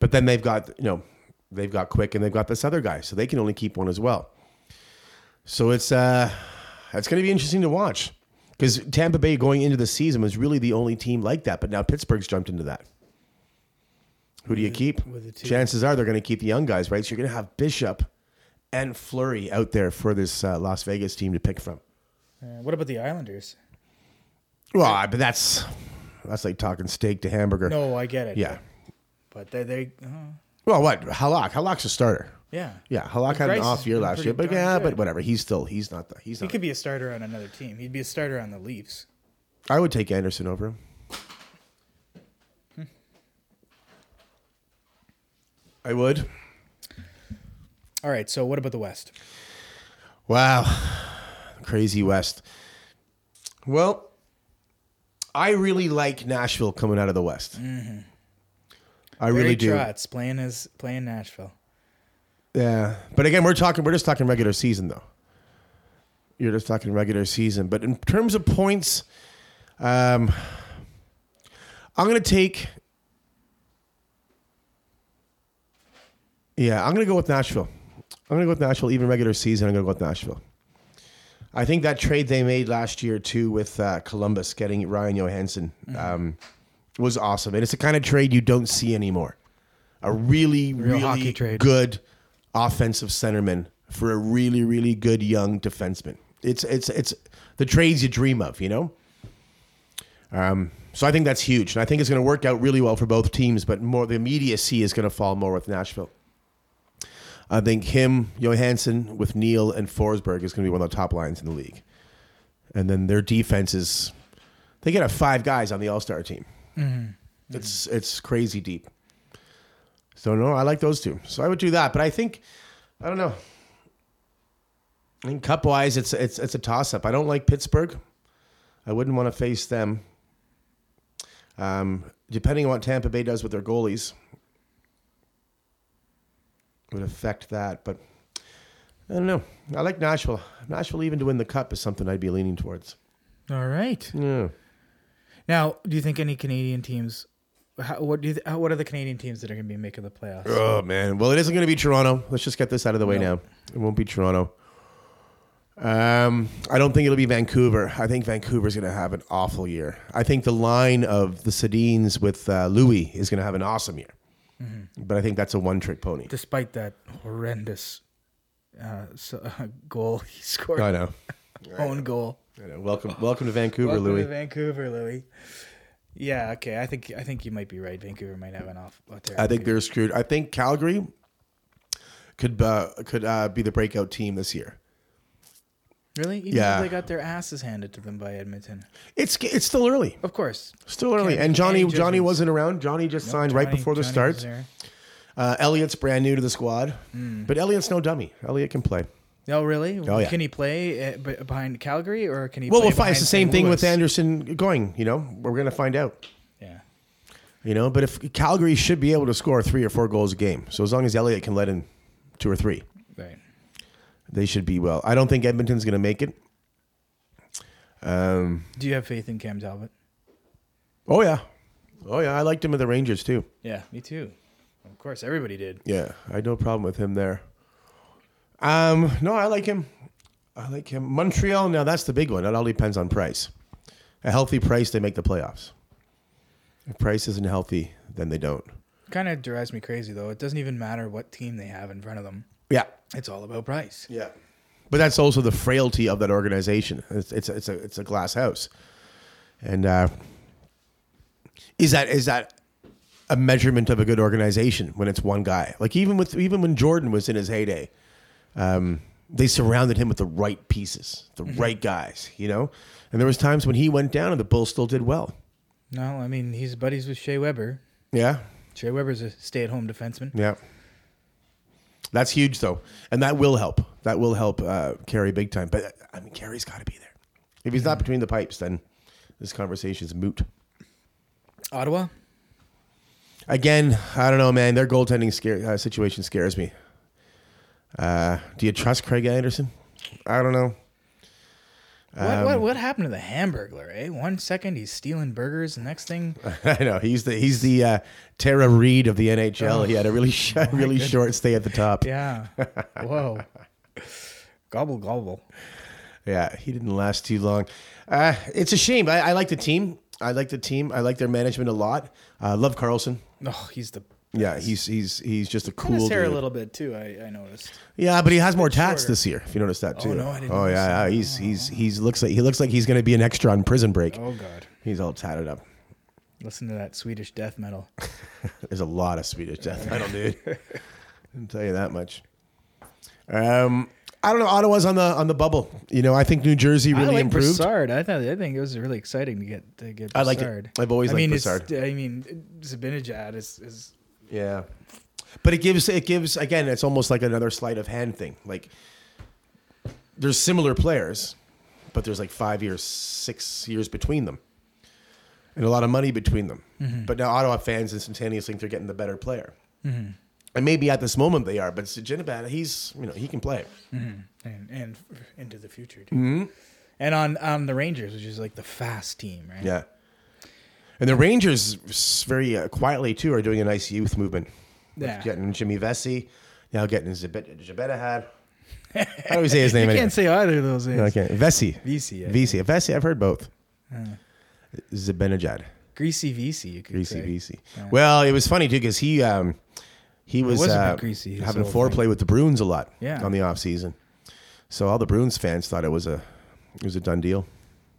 B: But then they've got you know they've got Quick and they've got this other guy, so they can only keep one as well. So it's uh, it's going to be interesting to watch because Tampa Bay going into the season was really the only team like that, but now Pittsburgh's jumped into that. Who do you keep?
A: with the two-
B: Chances are they're going to keep the young guys, right? So you're going to have Bishop and Flurry out there for this uh, Las Vegas team to pick from.
A: Uh, what about the Islanders?
B: Well, I- but that's that's like talking steak to hamburger.
A: No, I get it.
B: Yeah.
A: but they they uh,
B: Well, what Halak? Halak's a starter.
A: yeah.
B: Yeah, Halak had
A: Grice has
B: an off year
A: been
B: last
A: pretty
B: year, but
A: darn
B: yeah,
A: good.
B: but whatever. He's still he's not the he's
A: He
B: not.
A: could be a starter on another team. He'd be a starter on the Leafs.
B: I would take Anderson over him.
A: Hmm.
B: I would.
A: All right. So what about the West?
B: Wow, crazy West. Well, I really like Nashville coming out of the West.
A: Mm-hmm.
B: I
A: Barry
B: really do.
A: Trotz playing his playing Nashville.
B: Yeah, but again, we're talking. We're just talking regular season, though. You're just talking regular season, but in terms of points, um, I'm gonna take. Yeah, I'm gonna go with Nashville. I'm gonna go with Nashville, even regular season. I'm gonna go with Nashville. I think that trade they made last year too with uh, Columbus getting Ryan Johansson
A: Mm-hmm.
B: um, was awesome, and it's the kind of trade you don't see anymore. A really, really
A: hockey trade.
B: good offensive centerman for a really, really good young defenseman. It's it's it's the trades you dream of, you know. Um, so I think that's huge, and I think it's going to work out really well for both teams. But more the immediacy is going to fall more with Nashville. I think him, Johansson, with Neal and Forsberg is going to be one of the top lines in the league. And then their defense is they get a five guys on the All Star team. It's it's crazy deep. So no, I like those two. So I would do that, but I think I don't know. I think cup wise, it's it's it's a toss up. I don't like Pittsburgh. I wouldn't want to face them. Um, depending on what Tampa Bay does with their goalies, would affect that. But I don't know. I like Nashville. Nashville even to win the cup is something I'd be leaning towards.
A: All right.
B: Yeah.
A: Now, do you think any Canadian teams? How, what do you, th- how, what are the Canadian teams that are going to be making the playoffs?
B: Oh man. Well, it isn't going to be Toronto. Let's just get this out of the way now. It won't be Toronto. Um, I don't think it'll be Vancouver. I think Vancouver's going to have an awful year. I think the line of the Sedines with uh, Louis is going to have an awesome year.
A: Mm-hmm.
B: But I think that's a one-trick pony.
A: Despite that horrendous uh, so, goal he scored,
B: I know.
A: own goal.
B: I know. Welcome, welcome to Vancouver,
A: Welcome
B: Louis.
A: to Vancouver, Louis. Yeah, okay. I think I think you might be right. Vancouver might have an off. a terrible
B: I think they're screwed. I think Calgary could uh, could uh, be the breakout team this year.
A: game. really. Even
B: Yeah.
A: though they got their asses handed to them by Edmonton.
B: It's it's still early,
A: Of course.
B: still early.
A: Can't
B: And
A: make
B: Johnny
A: any
B: Johnny
A: judgments.
B: wasn't around. Johnny just signed right
A: Johnny-
B: before the
A: Johnny
B: start.
A: was there. Mm.
B: Uh, Elliot's brand new to the squad, but Elliot's no dummy. Elliot can play.
A: Oh, really?
B: yeah.
A: Can he play uh, be- behind Calgary or can he?
B: Well,
A: play
B: we'll find.
A: behind
B: It's the same
A: St.
B: thing with
A: Louis?
B: Anderson going. You know, we're going to find out.
A: Yeah.
B: You know, but if Calgary should be able to score three or four goals a game, so as long as Elliot can let in two or three,
A: Right.
B: they should be well. I don't think Edmonton's going to make it. Um.
A: Do you have faith in Cam Talbot?
B: Oh yeah. Oh yeah. I liked him at the Rangers too.
A: Yeah, me too. Of course, everybody did.
B: Yeah, I had no problem with him there. Um, no, I like him. I like him. Montreal. Now that's the big one. It all depends on price. A healthy price, they make the playoffs. If price isn't healthy, then they don't.
A: Kind of drives me crazy though. It doesn't even matter what team they have in front of them.
B: Yeah,
A: It's all about price.
B: yeah. But that's also the frailty of that organization. It's it's, it's a it's a glass house. And uh, is that is that a measurement of a good organization when it's one guy? Like even with even when Jordan was in his heyday, um, they surrounded him with the right pieces, the right guys, you know. And there was times when he went down, and the Bulls still did well.
A: No, I mean he's buddies with Shea Weber.
B: Yeah,
A: Shea Weber's a stay-at-home defenseman.
B: yeah. That's huge though, and that will help. That will help uh, Carey big time. But I mean, Carey's got to be there. If he's not between the pipes, then this conversation's moot.
A: Ottawa.
B: Again, I don't know, man. Their goaltending scare, uh, situation scares me. Uh, do you trust Craig Anderson? I don't know.
A: what, what what happened to the Hamburglar? Eh, one second he's stealing burgers, the next thing
B: I know he's the he's the uh, Tara Reid of the NHL. he had a really sh- really short stay at the top. Yeah.
A: Yeah. Whoa. Gobble gobble.
B: he didn't last too long. Uh, it's a shame. I, I like the team. I like the team. I like their management a lot. Uh, love Carlson.
A: Oh, he's the
B: Yeah, he's he's he's just a
A: kind
B: cool
A: of hair a
B: dude.
A: little bit too. I, I noticed.
B: Yeah, but he has more tats
A: shorter.
B: this year. If you notice that too.
A: no, I didn't
B: Oh
A: notice
B: yeah, yeah, he's he's he's looks like he looks like he's going to be an extra on Prison Break.
A: Oh God,
B: He's all tatted up.
A: listen to that Swedish death metal.
B: There's a lot of Swedish death metal, dude. I'll tell you that much. Um, I don't know. Ottawa's on the on the bubble. You know, I think New Jersey really
A: I like
B: improved.
A: Broussard. I thought I think it was really exciting to get to get. Broussard.
B: I liked it. I've always
A: I
B: liked
A: mean, It's,
B: Broussard.
A: I mean, Zabinajad is is
B: Yeah, but it gives it gives again. It's almost like another sleight of hand thing. Like there's similar players, but there's like five years, six years between them, and a lot of money between them. But now Ottawa fans instantaneously think they're getting the better player. And maybe at this moment they are, but Sajinabad, he's you know he can play.
A: and and into the future. Dude. And on on the Rangers, which is like the fast team, right?
B: Yeah. And the Rangers, s- very uh, quietly too, are doing a nice youth movement. With
A: Yeah.
B: Getting Jimmy Vesey, now getting Zabeta had. I always say his name.
A: I
B: anyway.
A: can't say either of those names.
B: Okay, Vesey.
A: VC, I
B: Vesey. Vesey. I've heard both.
A: Uh.
B: Zibanejad.
A: Greasy VC, you could
B: Greasy
A: say.
B: Vesey. Well, it was funny too because he um, he was,
A: was a bit
B: uh,
A: greasy, his
B: having
A: whole
B: foreplay with the Bruins a lot.
A: Yeah.
B: On the off season, so all the Bruins fans thought it was a it was a done deal.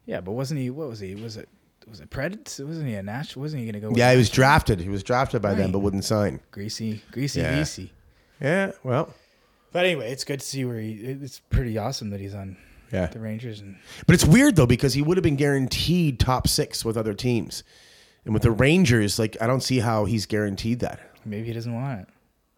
A: Yeah, but wasn't he? What was he? Was it? Was it Predators? Wasn't he a national? Wasn't he going to go? With
B: Yeah, he was drafted. He was drafted by them,
A: Right.
B: but wouldn't sign.
A: greasy, greasy,
B: Yeah.
A: greasy.
B: Yeah. Well.
A: But anyway, it's good to see where he. It's pretty awesome that he's on
B: Yeah.
A: the Rangers, and
B: But it's weird though because he would have been guaranteed top six with other teams, and with the Rangers, like I don't see how he's guaranteed that.
A: Maybe he doesn't want it.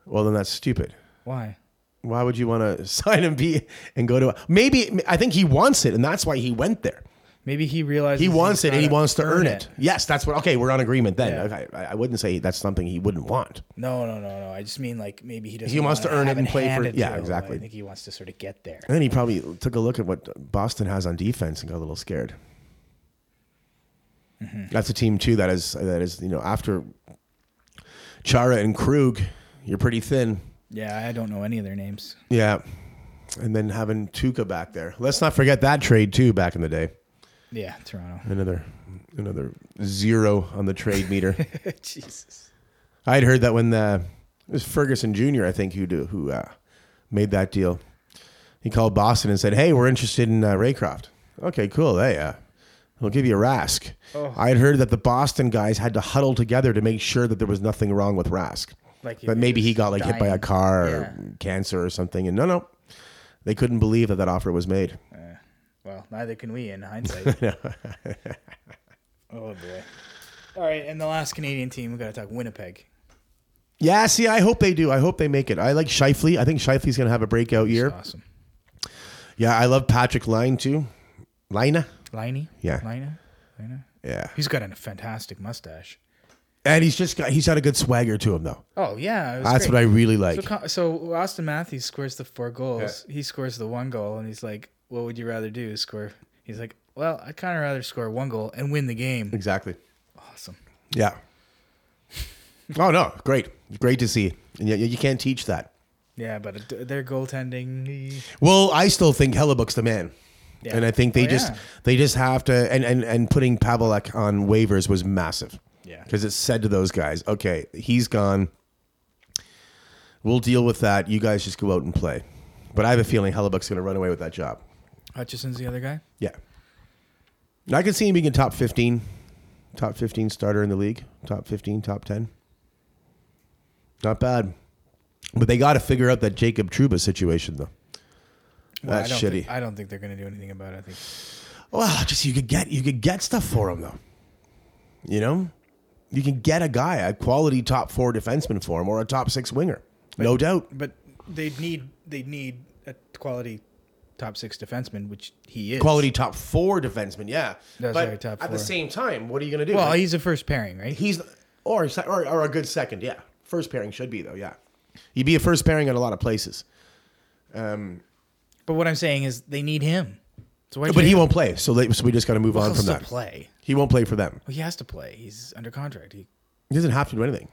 B: Well, then that's stupid.
A: Why?
B: Why would you want to sign and be and go to? Maybe I think he wants it, and that's why he went there.
A: Maybe he realizes
B: He wants
A: he's
B: it, and he
A: gotta
B: wants to earn it. Yes, that's what. Okay, we're on agreement then.
A: Yeah.
B: Okay, I, I wouldn't say that's something he wouldn't want.
A: No, no, no, no. I just mean like maybe he doesn't.
B: He wants to
A: wanna
B: earn it
A: have
B: and play for-
A: handed
B: yeah,
A: to him.
B: exactly.
A: I think he wants to sort of get there.
B: And then he probably took a look at what Boston has on defense and got a little scared. That's a team too that is that is you know after Chara and Krug, you're pretty thin.
A: Yeah, I don't know any of their names.
B: Yeah, and then having Tuca back there. Let's not forget that trade too back in the day.
A: Yeah, Toronto.
B: Another another zero on the trade meter.
A: Jesus.
B: I'd heard that when uh it was Ferguson Jr. I think who do, who uh, made that deal. He called Boston and said, "Hey, we're interested in uh, Raycroft." Okay, cool. Hey, uh, we'll give you Rask.
A: Oh.
B: I'd heard that the Boston guys had to huddle together to make sure that there was nothing wrong with Rask.
A: Like if
B: But
A: he
B: maybe he
A: was
B: got like hit by a
A: dying.
B: car
A: Yeah.
B: or cancer or something. And no, no, they couldn't believe that that offer was made.
A: Well, neither can we in hindsight. oh boy. All right, and the last Canadian team we got to talk Winnipeg.
B: Yeah, see, I hope they do. I hope they make it. I like Shifley. I think Shifley's going to have a breakout year.
A: Awesome.
B: Yeah, I love Patrick Line too. Lina?
A: Liney.
B: Yeah.
A: Lina. Lina.
B: Yeah.
A: He's got a fantastic mustache.
B: And he's just got he's got a good swagger to him though.
A: Oh yeah, it was
B: That's
A: great.
B: what I really like.
A: So, Con- so Austin Matthews scores the four goals. He scores the one goal, and he's like, "What would you rather do? Score?" He's like, "Well, I kind of rather score one goal and win the game."
B: exactly.
A: Awesome.
B: Yeah. oh no, great. Great to see. And you, you can't teach that.
A: Yeah, but th- their goaltending.
B: Well, I still think Hellebuck's the man.
A: Yeah.
B: And I think they
A: Oh,
B: just
A: yeah.
B: they just have to and and and putting Pavelek on waivers was massive.
A: Yeah.
B: Cuz it said to those guys, okay, he's gone. We'll deal with that. You guys just go out and play. But I have a feeling Hellebuck's going to run away with that job.
A: Hutchison's the other guy.
B: Yeah. And I could see him being a top 15, top 15 starter in the league, top 15, top 10. Not bad. But they got to figure out that Jacob Truba situation, though.
A: Well,
B: That's
A: I don't
B: shitty.
A: Think, I don't think they're going to do anything about it. I think.
B: well, just you could get you could get stuff for him though. You know, you can get a guy, a quality top four defenseman for him, or a top six winger, no doubt.
A: But they need they need a quality top six defenseman, which he is.
B: Quality top four defenseman, yeah.
A: That's
B: but
A: right, top
B: at the
A: four.
B: same time, what are you going to do?
A: Well,
B: Like,
A: he's a first pairing, right?
B: He's or, or or a good second. Yeah, first pairing should be though. Yeah, you'd be a first pairing in a lot of places,
A: But what I'm saying is they need him. So why?
B: but he won't play. So, they, so we just got to move on
A: wants
B: from
A: to
B: that.
A: play.
B: He won't play for them.
A: Well, he has to play. He's under contract. He,
B: He doesn't have to do anything.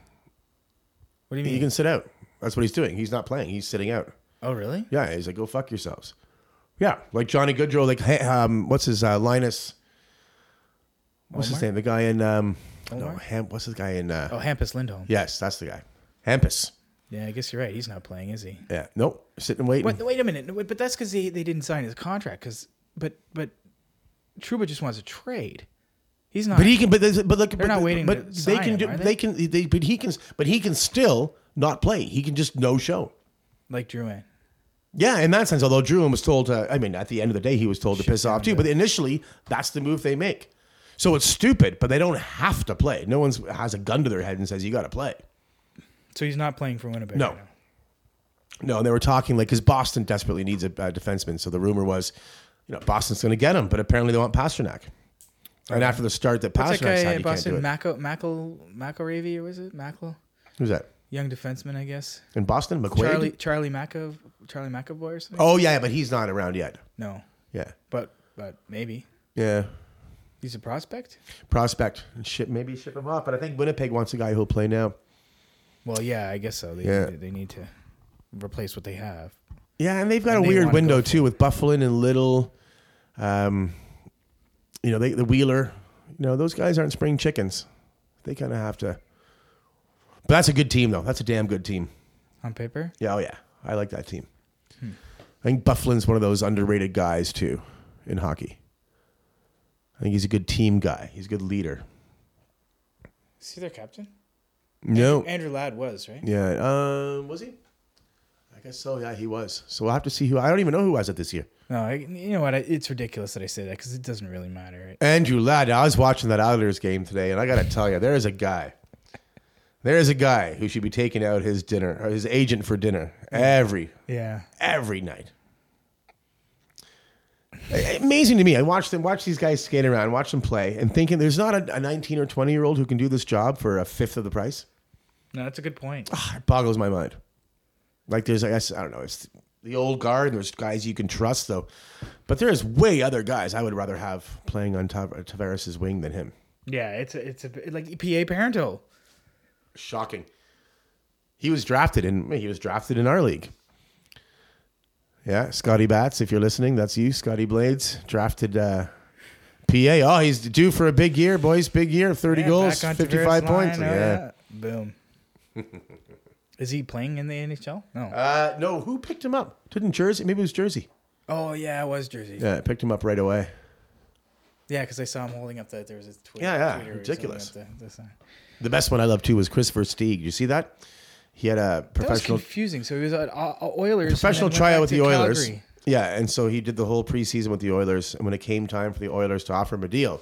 A: what do you
B: He
A: mean?
B: can sit out. That's what he's doing. He's not playing. He's sitting out.
A: oh, really?
B: Yeah, he's like, go fuck yourselves. Yeah, like Johnny Goodrow. Like, hey, um, what's his uh, Linus? What's his
A: Omar?
B: name? The guy in um, no,
A: Omar?
B: Ham. What's the guy in? Uh,
A: Oh, Hampus Lindholm.
B: Yes, that's the guy. Hampus.
A: Yeah, I guess you're right. He's not playing, is he?
B: Yeah. Nope. Sitting and waiting.
A: But wait a minute. No, wait, But that's because they, they didn't sign his contract. Cause, but but Truba just wants a trade. He's not.
B: But he can. But there's- but look. but,
A: not waiting
B: But
A: to
B: they
A: sign
B: can
A: him,
B: do.
A: are
B: They?
A: they?
B: can. They. But he can. But he can still not play. He can just no show.
A: like Drouin.
B: Yeah, in that sense. Although Drew was told to. I mean, at the end of the day, he was told to piss off too. But initially, that's the move they make. So it's stupid, but they don't have to play. No one's has a gun to their head and says you got to play.
A: So he's not playing for Winnipeg.
B: No.
A: right now.
B: No, and they were talking like because Boston desperately needs a, a defenseman. So the rumor was, you know, Boston's going to get him, but apparently they want Pasternak. And after the start that
A: What's that
B: Pasternak
A: guy
B: had,
A: at
B: you can't do
A: Boston?
B: it.
A: Mackle Mackle McElravy or was it Mackle?
B: Who's that
A: Young defenseman, I guess.
B: in Boston? McQuaid.
A: Charlie Charlie Maco Charlie McAvoy or something.
B: Oh yeah, but he's not around yet.
A: No,
B: Yeah.
A: but but maybe
B: Yeah.
A: he's a prospect.
B: Prospect. Ship maybe ship him off, but I think Winnipeg wants a guy who'll play now.
A: Well, yeah, I guess so. They
B: Yeah.
A: they need to replace what they have.
B: Yeah, and they've got
A: And
B: a
A: they
B: weird
A: wanna
B: window
A: go
B: too with Bufflin and Little. Um, you know, they the Wheeler. You know, those guys aren't spring chickens. They kind of have to. But that's a good team though. That's a damn good team.
A: On paper,
B: Yeah, oh yeah, I like that team.
A: Hmm.
B: I think Bufflin's one of those underrated guys too in hockey. I think he's a good team guy. He's a good leader.
A: see their captain
B: No,
A: Andrew Ladd was right.
B: Yeah. Um, was he? I guess so. Yeah, he was. So we'll have to see who. I don't even know who has it this year.
A: No, I, you know what? I, it's ridiculous that I say that because it doesn't really matter. Right?
B: Andrew Ladd. I was watching that Islanders game today, and I got to tell you, there is a guy. There's a guy who should be taking out his dinner, or his agent for dinner every
A: Yeah.
B: every night. A- Amazing to me. I watch them watch these guys skate around, watch them play, and thinking there's not a, a 19 or 20 year old who can do this job for a fifth of the price.
A: No, that's a good point.
B: Ah, It boggles my mind. Like there's, I guess, I don't know. It's the old guard. And there's guys you can trust though, but there's way other guys I would rather have playing on Tav- Tavares's wing than him.
A: Yeah, it's a, it's a, like PA Parento.
B: Shocking. He was drafted in. He was drafted in our league. Yeah, Scotty Bats. If you're listening, that's you, Scotty Blades. Drafted uh, PA. Oh, he's due for a big year, boys. Big year. Thirty
A: Yeah,
B: goals,
A: back on
B: fifty-five
A: Tavares
B: points.
A: line, oh,
B: yeah.
A: Boom. Is he playing in the NHL? No.
B: Uh, no, who picked him up? Didn't Jersey? Maybe it was Jersey.
A: oh yeah, it was Jersey. Yeah,
B: Yeah, picked him up right away.
A: because I saw him holding up the there was a tweet.
B: Yeah, yeah,
A: Twitter or
B: ridiculous.
A: something at The, the sign.
B: The best one I love too was Chris Versteeg. You see that? He had a
A: that was
B: professional
A: confusing. So he was at uh, uh, Oilers. and
B: professional
A: then went back
B: tryout with
A: to
B: the Oilers.
A: Calgary.
B: Yeah, and so he did the whole preseason with the Oilers. And when it came time for the Oilers to offer him a deal,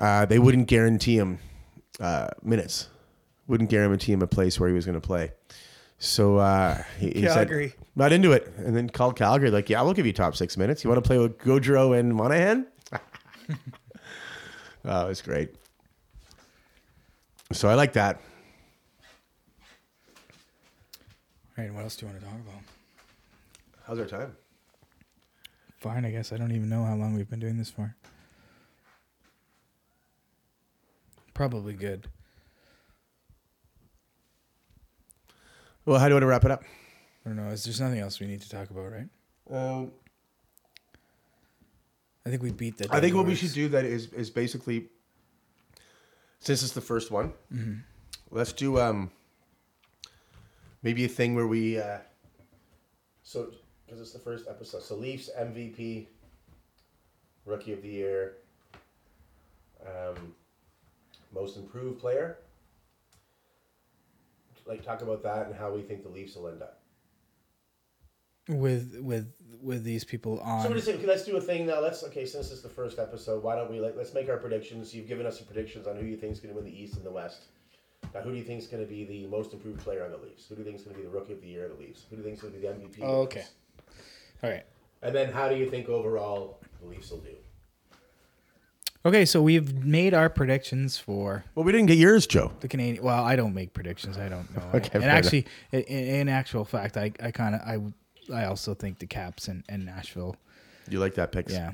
B: uh, they wouldn't guarantee him uh, minutes, wouldn't guarantee him a place where he was going to play. So uh, he, he
A: Calgary.
B: said, "Not into it," and then called Calgary like, "Yeah, we'll give you top six minutes. You want to play with Goudreau and Monahan?" oh, it's great. So I like that.
A: All right, what else do you want to talk about?
B: How's our time?
A: Fine, I guess. I don't even know how long we've been doing this for. Probably good.
B: Well, how do you want to wrap it up?
A: I don't know. Is There's nothing else we need to talk about, right?
B: Um,
A: I think we beat the.
B: I think what we
A: Jaguars.
B: should do that is is basically since it's the first one, let's do um maybe a thing where we uh so because it's the first episode. So Leafs MVP, Rookie of the Year, um, Most Improved Player. Like talk about that and how we think the Leafs will end up.
A: with with with these people on.
B: So we're just saying, okay, let's do a thing now. Let's okay, since it's the first episode, why don't we like let's make our predictions. You've given us some predictions on who you think is going to win the East and the West. Now, who do you think is going to be the most improved player on the Leafs? Who do you think is going to be the rookie of the year of the Leafs? Who do you think is going to be the MVP? of
A: Oh,
B: the
A: okay.
B: Leafs?
A: All right.
B: And then, how do you think overall the Leafs will do?
A: Okay, so we've made our predictions for
B: Well, we didn't get yours, Joe.
A: the Canadian. Well, I don't make predictions. I don't know.
B: Okay,
A: and
B: fair
A: actually, in, in actual fact, I, I kind of I I also think the Caps and, and Nashville.
B: You like that pick?
A: Yeah,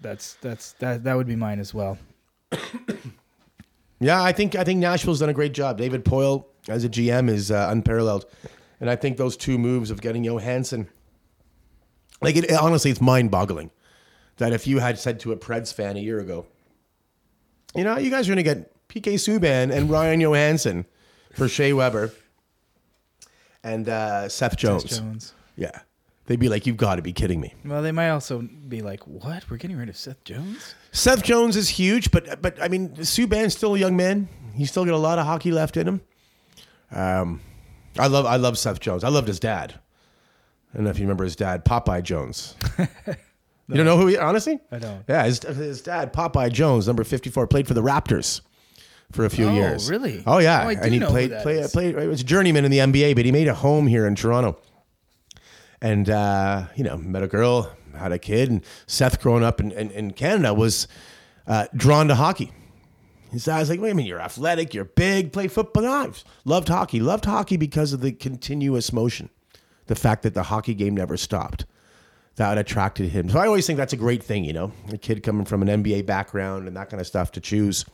A: that's that's that that would be mine as well.
B: Yeah, I think I think Nashville's done a great job. David Poyle as a GM is uh, unparalleled, and I think those two moves of getting Johansson, like it, honestly, it's mind-boggling that if you had said to a Preds fan a year ago, you know, you guys are going to get PK Subban and Ryan Johansson for Shea Weber and uh, Seth Jones.
A: Jones.
B: yeah, they'd be like, "You've got to be kidding me."
A: Well, they might also be like, "What? We're getting rid of Seth Jones?"
B: Seth Jones is huge, but but I mean, Subban's still a young man. He's still got a lot of hockey left in him. Um, I love I love Seth Jones. I loved his dad. I don't know if you remember his dad, Popeye Jones. You don't know who he? Honestly,
A: I don't.
B: Yeah, his, his dad, Popeye Jones, number fifty-four, played for the Raptors for a few
A: Oh,
B: years.
A: really?
B: Oh yeah,
A: Oh, I do
B: and he
A: know who
B: played
A: that
B: play,
A: is.
B: played. He was a journeyman in the NBA, but he made a home here in Toronto and uh, you know met a girl had a kid and seth growing up in, in, in canada was uh, drawn to hockey his dad's like wait a minute you're athletic you're big play football knives loved hockey loved hockey because of the continuous motion the fact that the hockey game never stopped that attracted him so i always think that's a great thing you know a kid coming from an nba background and that kind of stuff to choose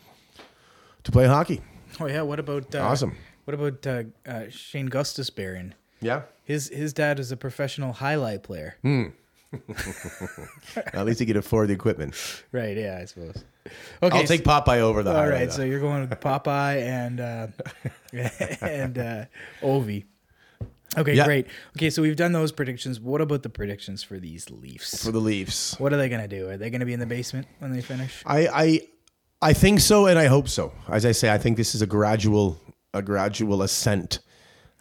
B: to play hockey
A: Oh yeah. What about uh,
B: Awesome.
A: What about uh, uh, Shane Gustus Baron?
B: yeah
A: His his dad is a professional highlight player.
B: Hmm. at least he could afford the equipment
A: Right. Yeah, I suppose. Okay.
B: i'll take popeye over the
A: All
B: highlight,
A: right,
B: though.
A: so you're going with Popeye and uh, and uh, Ovi. Okay,
B: Yeah.
A: great. Okay, so we've done those predictions. What about the predictions for these Leafs?
B: for the leafs
A: What are they going to do? Are they going to be in the basement when they finish?
B: I, I I think so, and I hope so. As I say, I think this is a gradual a gradual ascent.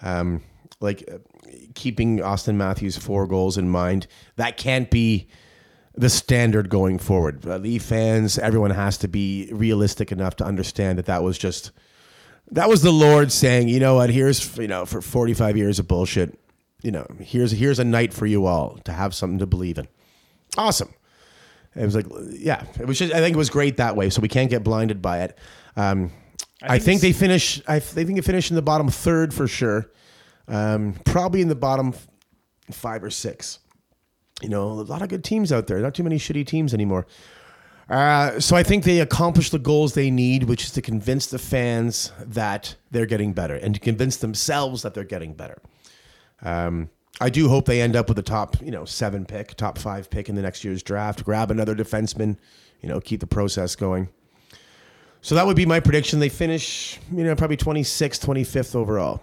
B: Um, like uh, keeping Austin Matthews four goals in mind, that can't be the standard going forward. Uh, Leaf fans, everyone has to be realistic enough to understand that that was just That was the Lord saying, you know what? Here's you know for 45 years of bullshit. You know, here's here's a night for you all to have something to believe in. Awesome. It was like, yeah, it was just. I think it was great that way. So we can't get blinded by it. Um, I
A: think
B: think, they finish. I f- they think they finish in the bottom third for sure. Um, probably in the bottom f- five or six. You know, a lot of good teams out there. Not too many shitty teams anymore. Uh, so I think they accomplish the goals they need, which is to convince the fans that they're getting better and to convince themselves that they're getting better. Um, I do hope they end up with a top, you know, seven pick, top five pick in the next year's draft. Grab another defenseman, you know, keep the process going. So that would be my prediction. They finish, you know, probably 26th, 25th overall.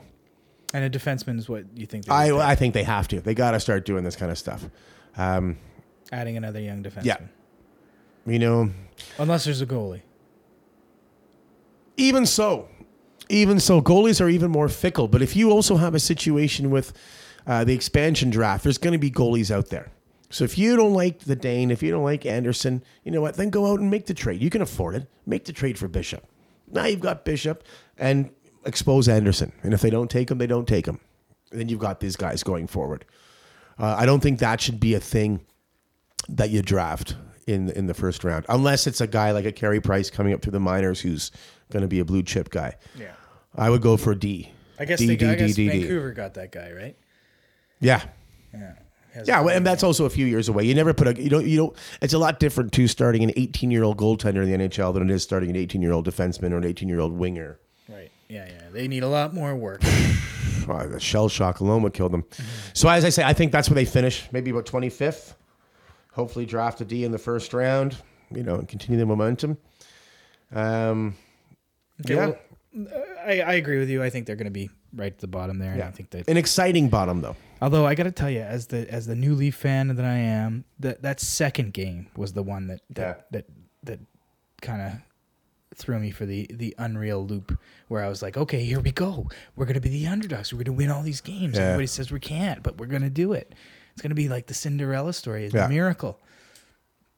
A: And a defenseman is what you think. they
B: I,
A: would
B: I think they have to. They got to start doing this kind of stuff. Um,
A: pick, adding another young defenseman.
B: yeah. You know,
A: Unless there's a goalie.
B: even so, even so, goalies are even more fickle. But if you also have a situation with uh, the expansion draft, there's going to be goalies out there. So if you don't like the Dane, if you don't like Anderson, you know what? Then go out and make the trade. You can afford it. Make the trade for Bishop. Now you've got Bishop and expose Anderson. And if they don't take him, they don't take him. Then you've got these guys going forward. Uh, I don't think that should be a thing that you draft in in the first round, unless it's a guy like a Carey Price coming up through the minors who's going to be a blue chip guy.
A: Yeah.
B: I would go for D.
A: I guess,
B: D,
A: they,
B: D,
A: I
B: D,
A: guess
B: D, D.
A: Vancouver got that guy right.
B: Yeah.
A: Yeah. He has a
B: Yeah, well,
A: goalie.
B: and that's also a few years away. You never put a you don't you don't. It's a lot different to starting an 18 year old goaltender in the NHL than it is starting an 18 year old defenseman or an 18 year old winger.
A: right. Yeah, yeah. They need a lot more work.
B: Oh, the shell shock alone would kill them.
A: Mm-hmm.
B: So as I say, I think that's where they finish, maybe about 25th. Hopefully, draft a D in the first round. You know, and continue the momentum. Um,
A: Okay,
B: Yeah.
A: well, uh, I, I agree with you. I think they're going to be right at the bottom there. And
B: yeah,
A: I think that
B: an exciting bottom though.
A: Although I got to tell you, as the as the new Leaf fan that I am, that that second game was the one that that
B: Yeah.
A: that, that kind of threw me for the the unreal loop where I was like, okay, here we go. We're gonna be the underdogs. We're gonna win all these games.
B: Yeah.
A: Everybody says we can't, but we're gonna do it. It's gonna be like the Cinderella story, the
B: Yeah.
A: miracle.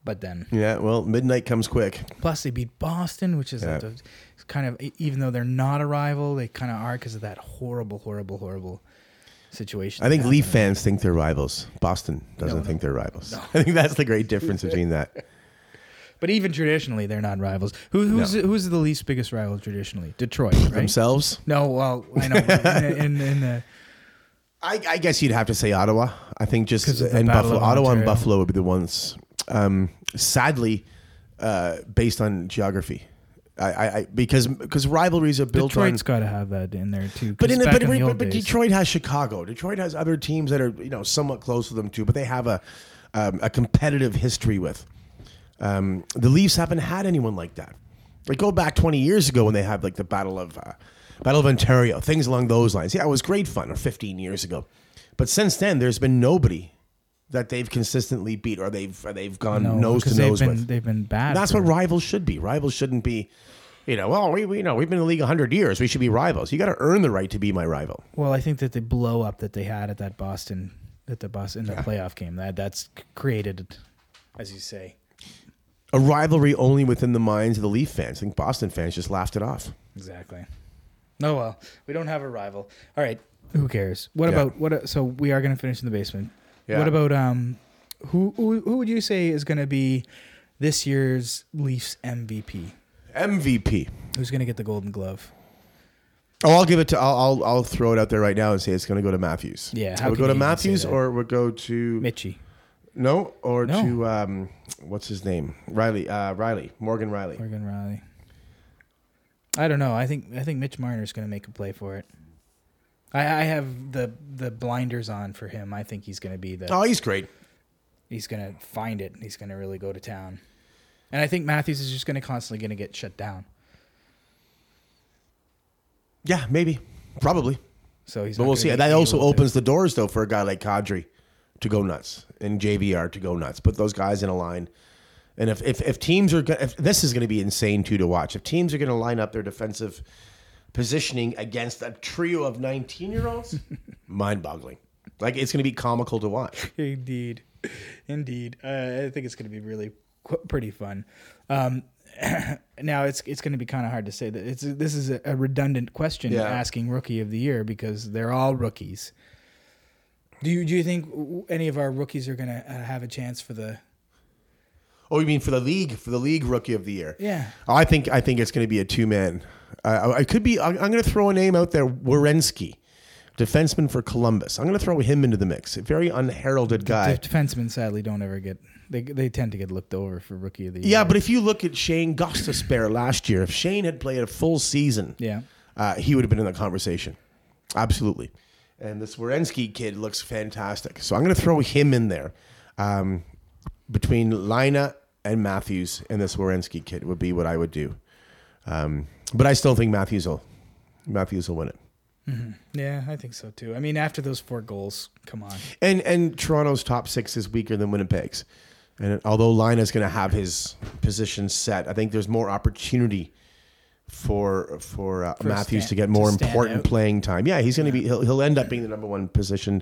A: But then,
B: Yeah, well, midnight comes quick.
A: plus they beat Boston, which is like
B: Yeah.
A: the, it's kind of e, even though they're not a rival, they kind of are because of that horrible, horrible, horrible situation.
B: I think
A: that
B: Leaf
A: happened.
B: fans think they're rivals. Boston doesn't
A: No,
B: think they're rivals. I think that's the great difference between that.
A: But even traditionally, they're not rivals. Who, who's who's the least biggest rival traditionally? Detroit, right?
B: Themselves,
A: No, well, I know. but in, in, in the,
B: I, I guess you'd have to say Ottawa. I think just
A: 'Cause of the
B: and
A: Battle
B: Buffalo,
A: of
B: Ottawa and
A: Ontario.
B: Buffalo would be the ones. Um, sadly, uh, based on geography, I, I, I because because rivalries are built on.
A: Detroit's got to have that in there too.
B: But in the, but,
A: in
B: but-
A: the old
B: but, but
A: days-
B: Detroit has Chicago. Detroit has other teams that are you know somewhat close to them too, but they have a um, a competitive history with. Um, the Leafs haven't had anyone like that. Like go back 20 years ago when they had like the Battle of uh, Battle of Ontario, things along those lines. Yeah, it was great fun. Or 15 years ago, but since then there's been nobody that they've consistently beat or they've or they've gone nose to
A: because they've
B: nose
A: been,
B: with.
A: They've been bad.
B: That's
A: for-
B: what rivals should be. Rivals shouldn't be, you know. Well, we, we you know we've been in the league hundred years. We should be rivals. You got to earn the right to be my rival.
A: Well, I think that the blow up that they had at that Boston, at the Boston in the playoff game, that that's created, as you say,
B: A rivalry only within the minds of the Leaf fans. I think Boston fans just laughed it off.
A: Exactly. No, well, we don't have a rival. All right, who cares? What
B: Yeah.
A: about what? uh, So we are going to finish in the basement.
B: Yeah.
A: What about um, who who who would you say is going to be this year's Leafs MVP?
B: MVP.
A: Who's going to get the Golden Glove?
B: Oh, I'll give it to. I'll I'll, I'll throw it out there right now and say it's going to go to Matthews.
A: Yeah, how
B: we'll
A: can you
B: go to
A: even say
B: Matthews
A: that?
B: or we'll go to
A: Mitchie.
B: no or
A: No.
B: to um what's his name Riley uh Riley Morgan Riley.
A: Morgan Riley. I don't know. I think I think Mitch Marner's going to make a play for it. I, I have the the blinders on for him. I think he's going to be the
B: Oh, he's great.
A: he's going to find it. and He's going to really go to town. And I think Matthews is just going to constantly going to get shut down.
B: Yeah, maybe, probably.
A: So he's.
B: But
A: not
B: we'll
A: gonna
B: see.
A: be
B: That also
A: able to-
B: opens the doors though for a guy like Kadri to go nuts and JVR to go nuts. Put those guys in a line. And if if, if teams are go- if this is going to be insane too to watch. If teams are going to line up their defensive positioning against a trio of 19-year-olds, mind-boggling. Like it's going to be comical to watch.
A: Indeed, indeed. Uh, I think it's going to be really qu- pretty fun. Um, now it's it's going to be kind of hard to say that it's this is a, a redundant question
B: Yeah.
A: asking rookie of the year because they're all rookies. Do you do you think w- any of our rookies are going to uh, have a chance for the?
B: Oh, you mean for the league? For the league rookie of the year?
A: Yeah.
B: Oh, I think I think it's going to be a two man. Uh, I, I could be. I'm, I'm going to throw a name out there. Wierenski, defenseman for Columbus. I'm going to throw him into the mix. A very unheralded guy.
A: Def- defensemen sadly don't ever get they they tend to get looked over for rookie of the year.
B: Yeah, but if you look at Shane Gostisbehere last year, if Shane had played a full season,
A: Yeah.
B: uh, he would have been in the conversation. Absolutely. And this Wierenski kid looks fantastic. So I'm going to throw him in there. Um, between Lina and Matthews and this Wierenski kid would be what I would do. Um, but I still think Matthews will. Matthews will win it.
A: Yeah, I think so too. I mean, after those four goals, come on.
B: And and Toronto's top six is weaker than Winnipeg's. And although Lina's going to have his position set, I think there's more opportunity for for, uh,
A: a
B: Matthews
A: stand-
B: to get more
A: to stand
B: important
A: out.
B: playing time. Yeah, he's going to be he'll, he'll end up being the number one position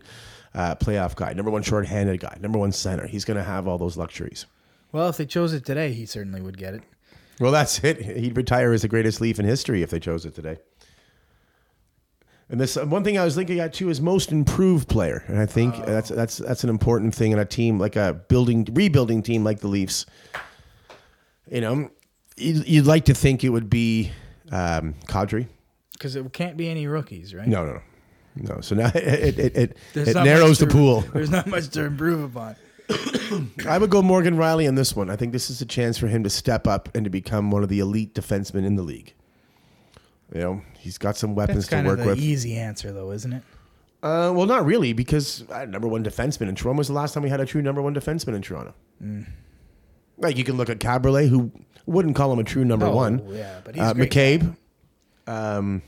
B: uh, playoff guy, number one shorthanded guy, number one center. He's going to have all those luxuries.
A: Well, if they chose it today, he certainly would get it.
B: Well, that's it. He'd retire as the greatest Leaf in history if they chose it today. And this one thing I was thinking at too is most improved player, and I think
A: Oh.
B: that's that's that's an important thing in a team like a building rebuilding team like the Leafs. You know, you'd, you'd like to think it would be um, Kadri.
A: Because it can't be any rookies, right?
B: No, no, no. No, so now it it, it,
A: There's
B: it
A: not much
B: narrows the
A: to-
B: pool.
A: There's not much to improve upon.
B: I would go Morgan Riley on this one. I think this is a chance for him to step up and to become one of the elite defensemen in the league. You know, he's got some
A: That's
B: weapons to
A: kind of
B: work
A: the e-
B: with.
A: easy answer, though, isn't it?
B: uh, well, not really, because uh, number one defenseman in Toronto. When was the last time we had a true number one defenseman in Toronto?
A: Mm.
B: Like you can look at Cabriolet, who wouldn't call him a true number
A: No,
B: one.
A: Oh, yeah, but he's
B: uh,
A: great.
B: McCabe. Um,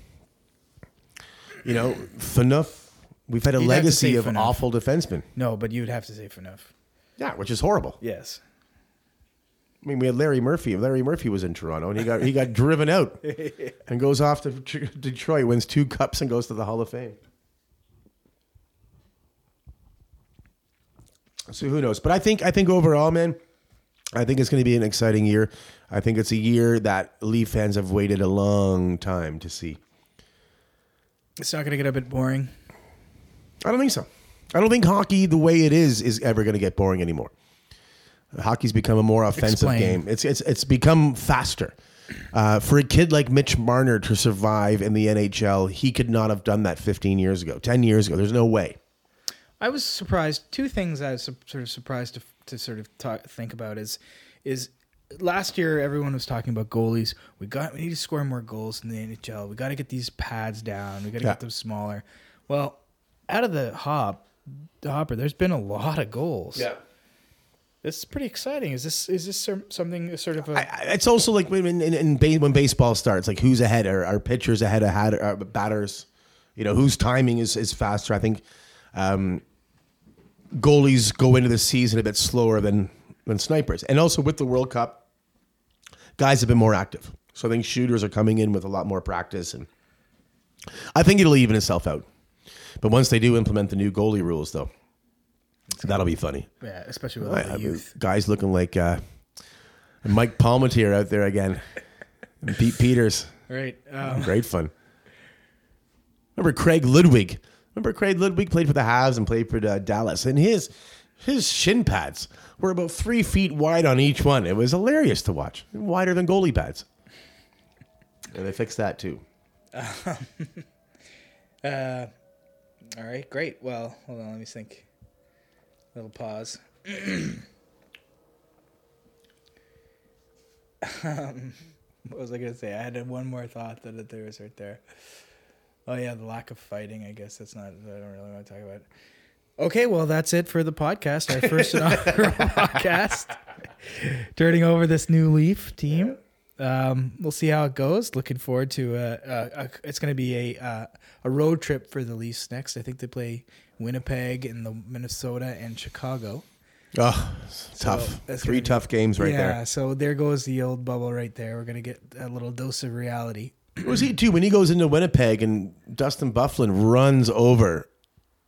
B: you know, Phaneuf. We've had a
A: You'd have to
B: legacy
A: say
B: of
A: Phaneuf.
B: awful defensemen.
A: No, but you'd have to say for enough.
B: Yeah, which is horrible.
A: Yes.
B: I mean, we had Larry Murphy. Larry Murphy was in Toronto, and he got he got driven out, and goes off to Tr- Detroit, wins two cups, and goes to the Hall of Fame. So who knows? But I think I think overall, man, I think it's going to be an exciting year. I think it's a year that Leaf fans have waited a long time to see.
A: It's not going to get a bit boring.
B: I don't think so. I don't think hockey the way it is is ever going to get boring anymore. Hockey's become a more offensive
A: Explain.
B: game. It's it's it's become faster. Uh, for a kid like Mitch Marner to survive in the NHL, he could not have done that 15 years ago, 10 years ago. There's no way.
A: I was surprised. Two things I was su- sort of surprised to, to sort of talk, think about is is last year everyone was talking about goalies. We got we need to score more goals in the NHL. We got to get these pads down. We got to
B: Yeah.
A: get them smaller. Well, out of the hop, the hopper, there's been a lot of goals. this is pretty exciting. Is this is this some- something sort of a
B: I- I- it's also like when in, in, in ba- when baseball starts, like who's ahead? Are, are pitchers ahead of had, are batters? You know, whose timing is, is faster? I think um, goalies go into the season a bit slower than than snipers, and also with the World Cup, guys have been more active. So I think shooters are coming in with a lot more practice, and I think it'll even itself out. But once they do implement the new goalie rules, though, that'll be funny.
A: yeah, especially with
B: Right,
A: all
B: I
A: the
B: mean,
A: youth.
B: guys looking like uh, Mike Palmatier out there again. And Pete Peters.
A: Right. Um,
B: Great fun. Remember Craig Ludwig? Remember Craig Ludwig played for the Habs and played for uh, Dallas. And his his shin pads were about three feet wide on each one. It was hilarious to watch. Wider than goalie pads. And they fixed that too.
A: uh, all right. Great. Well, hold on. Let me think. Little pause. um, what was I gonna say? I had one more thought that there was right there. Oh yeah, the lack of fighting. I guess that's not. I don't really want to talk about. It. Okay, well that's it for the podcast. Our first inaugural podcast. Turning over this new leaf team. Um, we'll see how it goes. Looking forward to uh, uh, uh, it's going to be a uh, a road trip for the Leafs next. I think they play Winnipeg and the Minnesota and Chicago.
B: Oh, tough.
A: that's
B: Three
A: gonna be-
B: tough games right
A: yeah, so there goes the old bubble right there. We're going to get a little dose of reality.
B: It was he too when he goes into Winnipeg and Dustin Bufflin runs over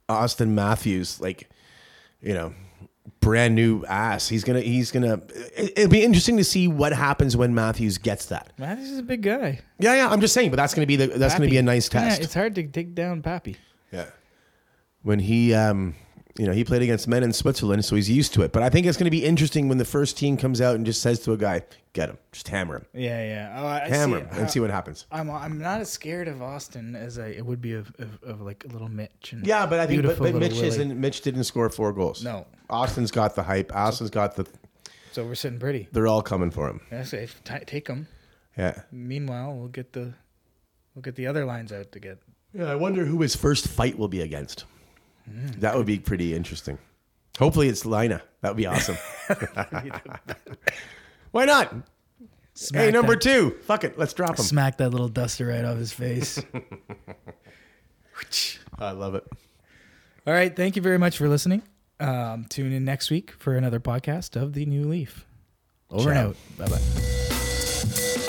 B: Austin Matthews like you know brand new ass. He's gonna he's gonna. it- It'll be interesting to see what happens when Matthews gets that.
A: Matthews is a big guy.
B: Yeah, yeah. I'm just saying, but that's gonna be the that's gonna
A: Pappy.
B: be a nice test.
A: Yeah, it's hard to dig down Pappy.
B: Yeah. When he, um, you know, he played against men in Switzerland, so he's used to it. But I think it's going to be interesting when the first team comes out and just says to a guy, "Get him, just hammer him,
A: Yeah, yeah. Oh, I
B: hammer him,
A: see.
B: and see what happens."
A: I'm I'm not as scared of Austin as I it would be of, of, of like a little Mitch. And
B: Yeah, but I think but,
A: beautiful
B: but
A: little
B: Mitch
A: Willie.
B: isn't. Mitch didn't score four goals.
A: No.
B: Austin's got the hype. Austin's got the.
A: So we're sitting pretty.
B: They're all coming for him.
A: I say t- take him.
B: Yeah.
A: Meanwhile, we'll get the we'll get the other lines out to get.
B: Yeah. I wonder who his first fight will be against. That would be pretty interesting. Hopefully, it's Lina. That would be awesome. Why not? hey,
A: Smack
B: number
A: that,
B: two. Fuck it. Let's drop him.
A: Smack that little duster right off his face. Whoosh.
B: I love it.
A: All right, thank you very much for listening. Um, tune in next week for another podcast of the New Leaf. Over and
B: Ciao.
A: out. Bye bye.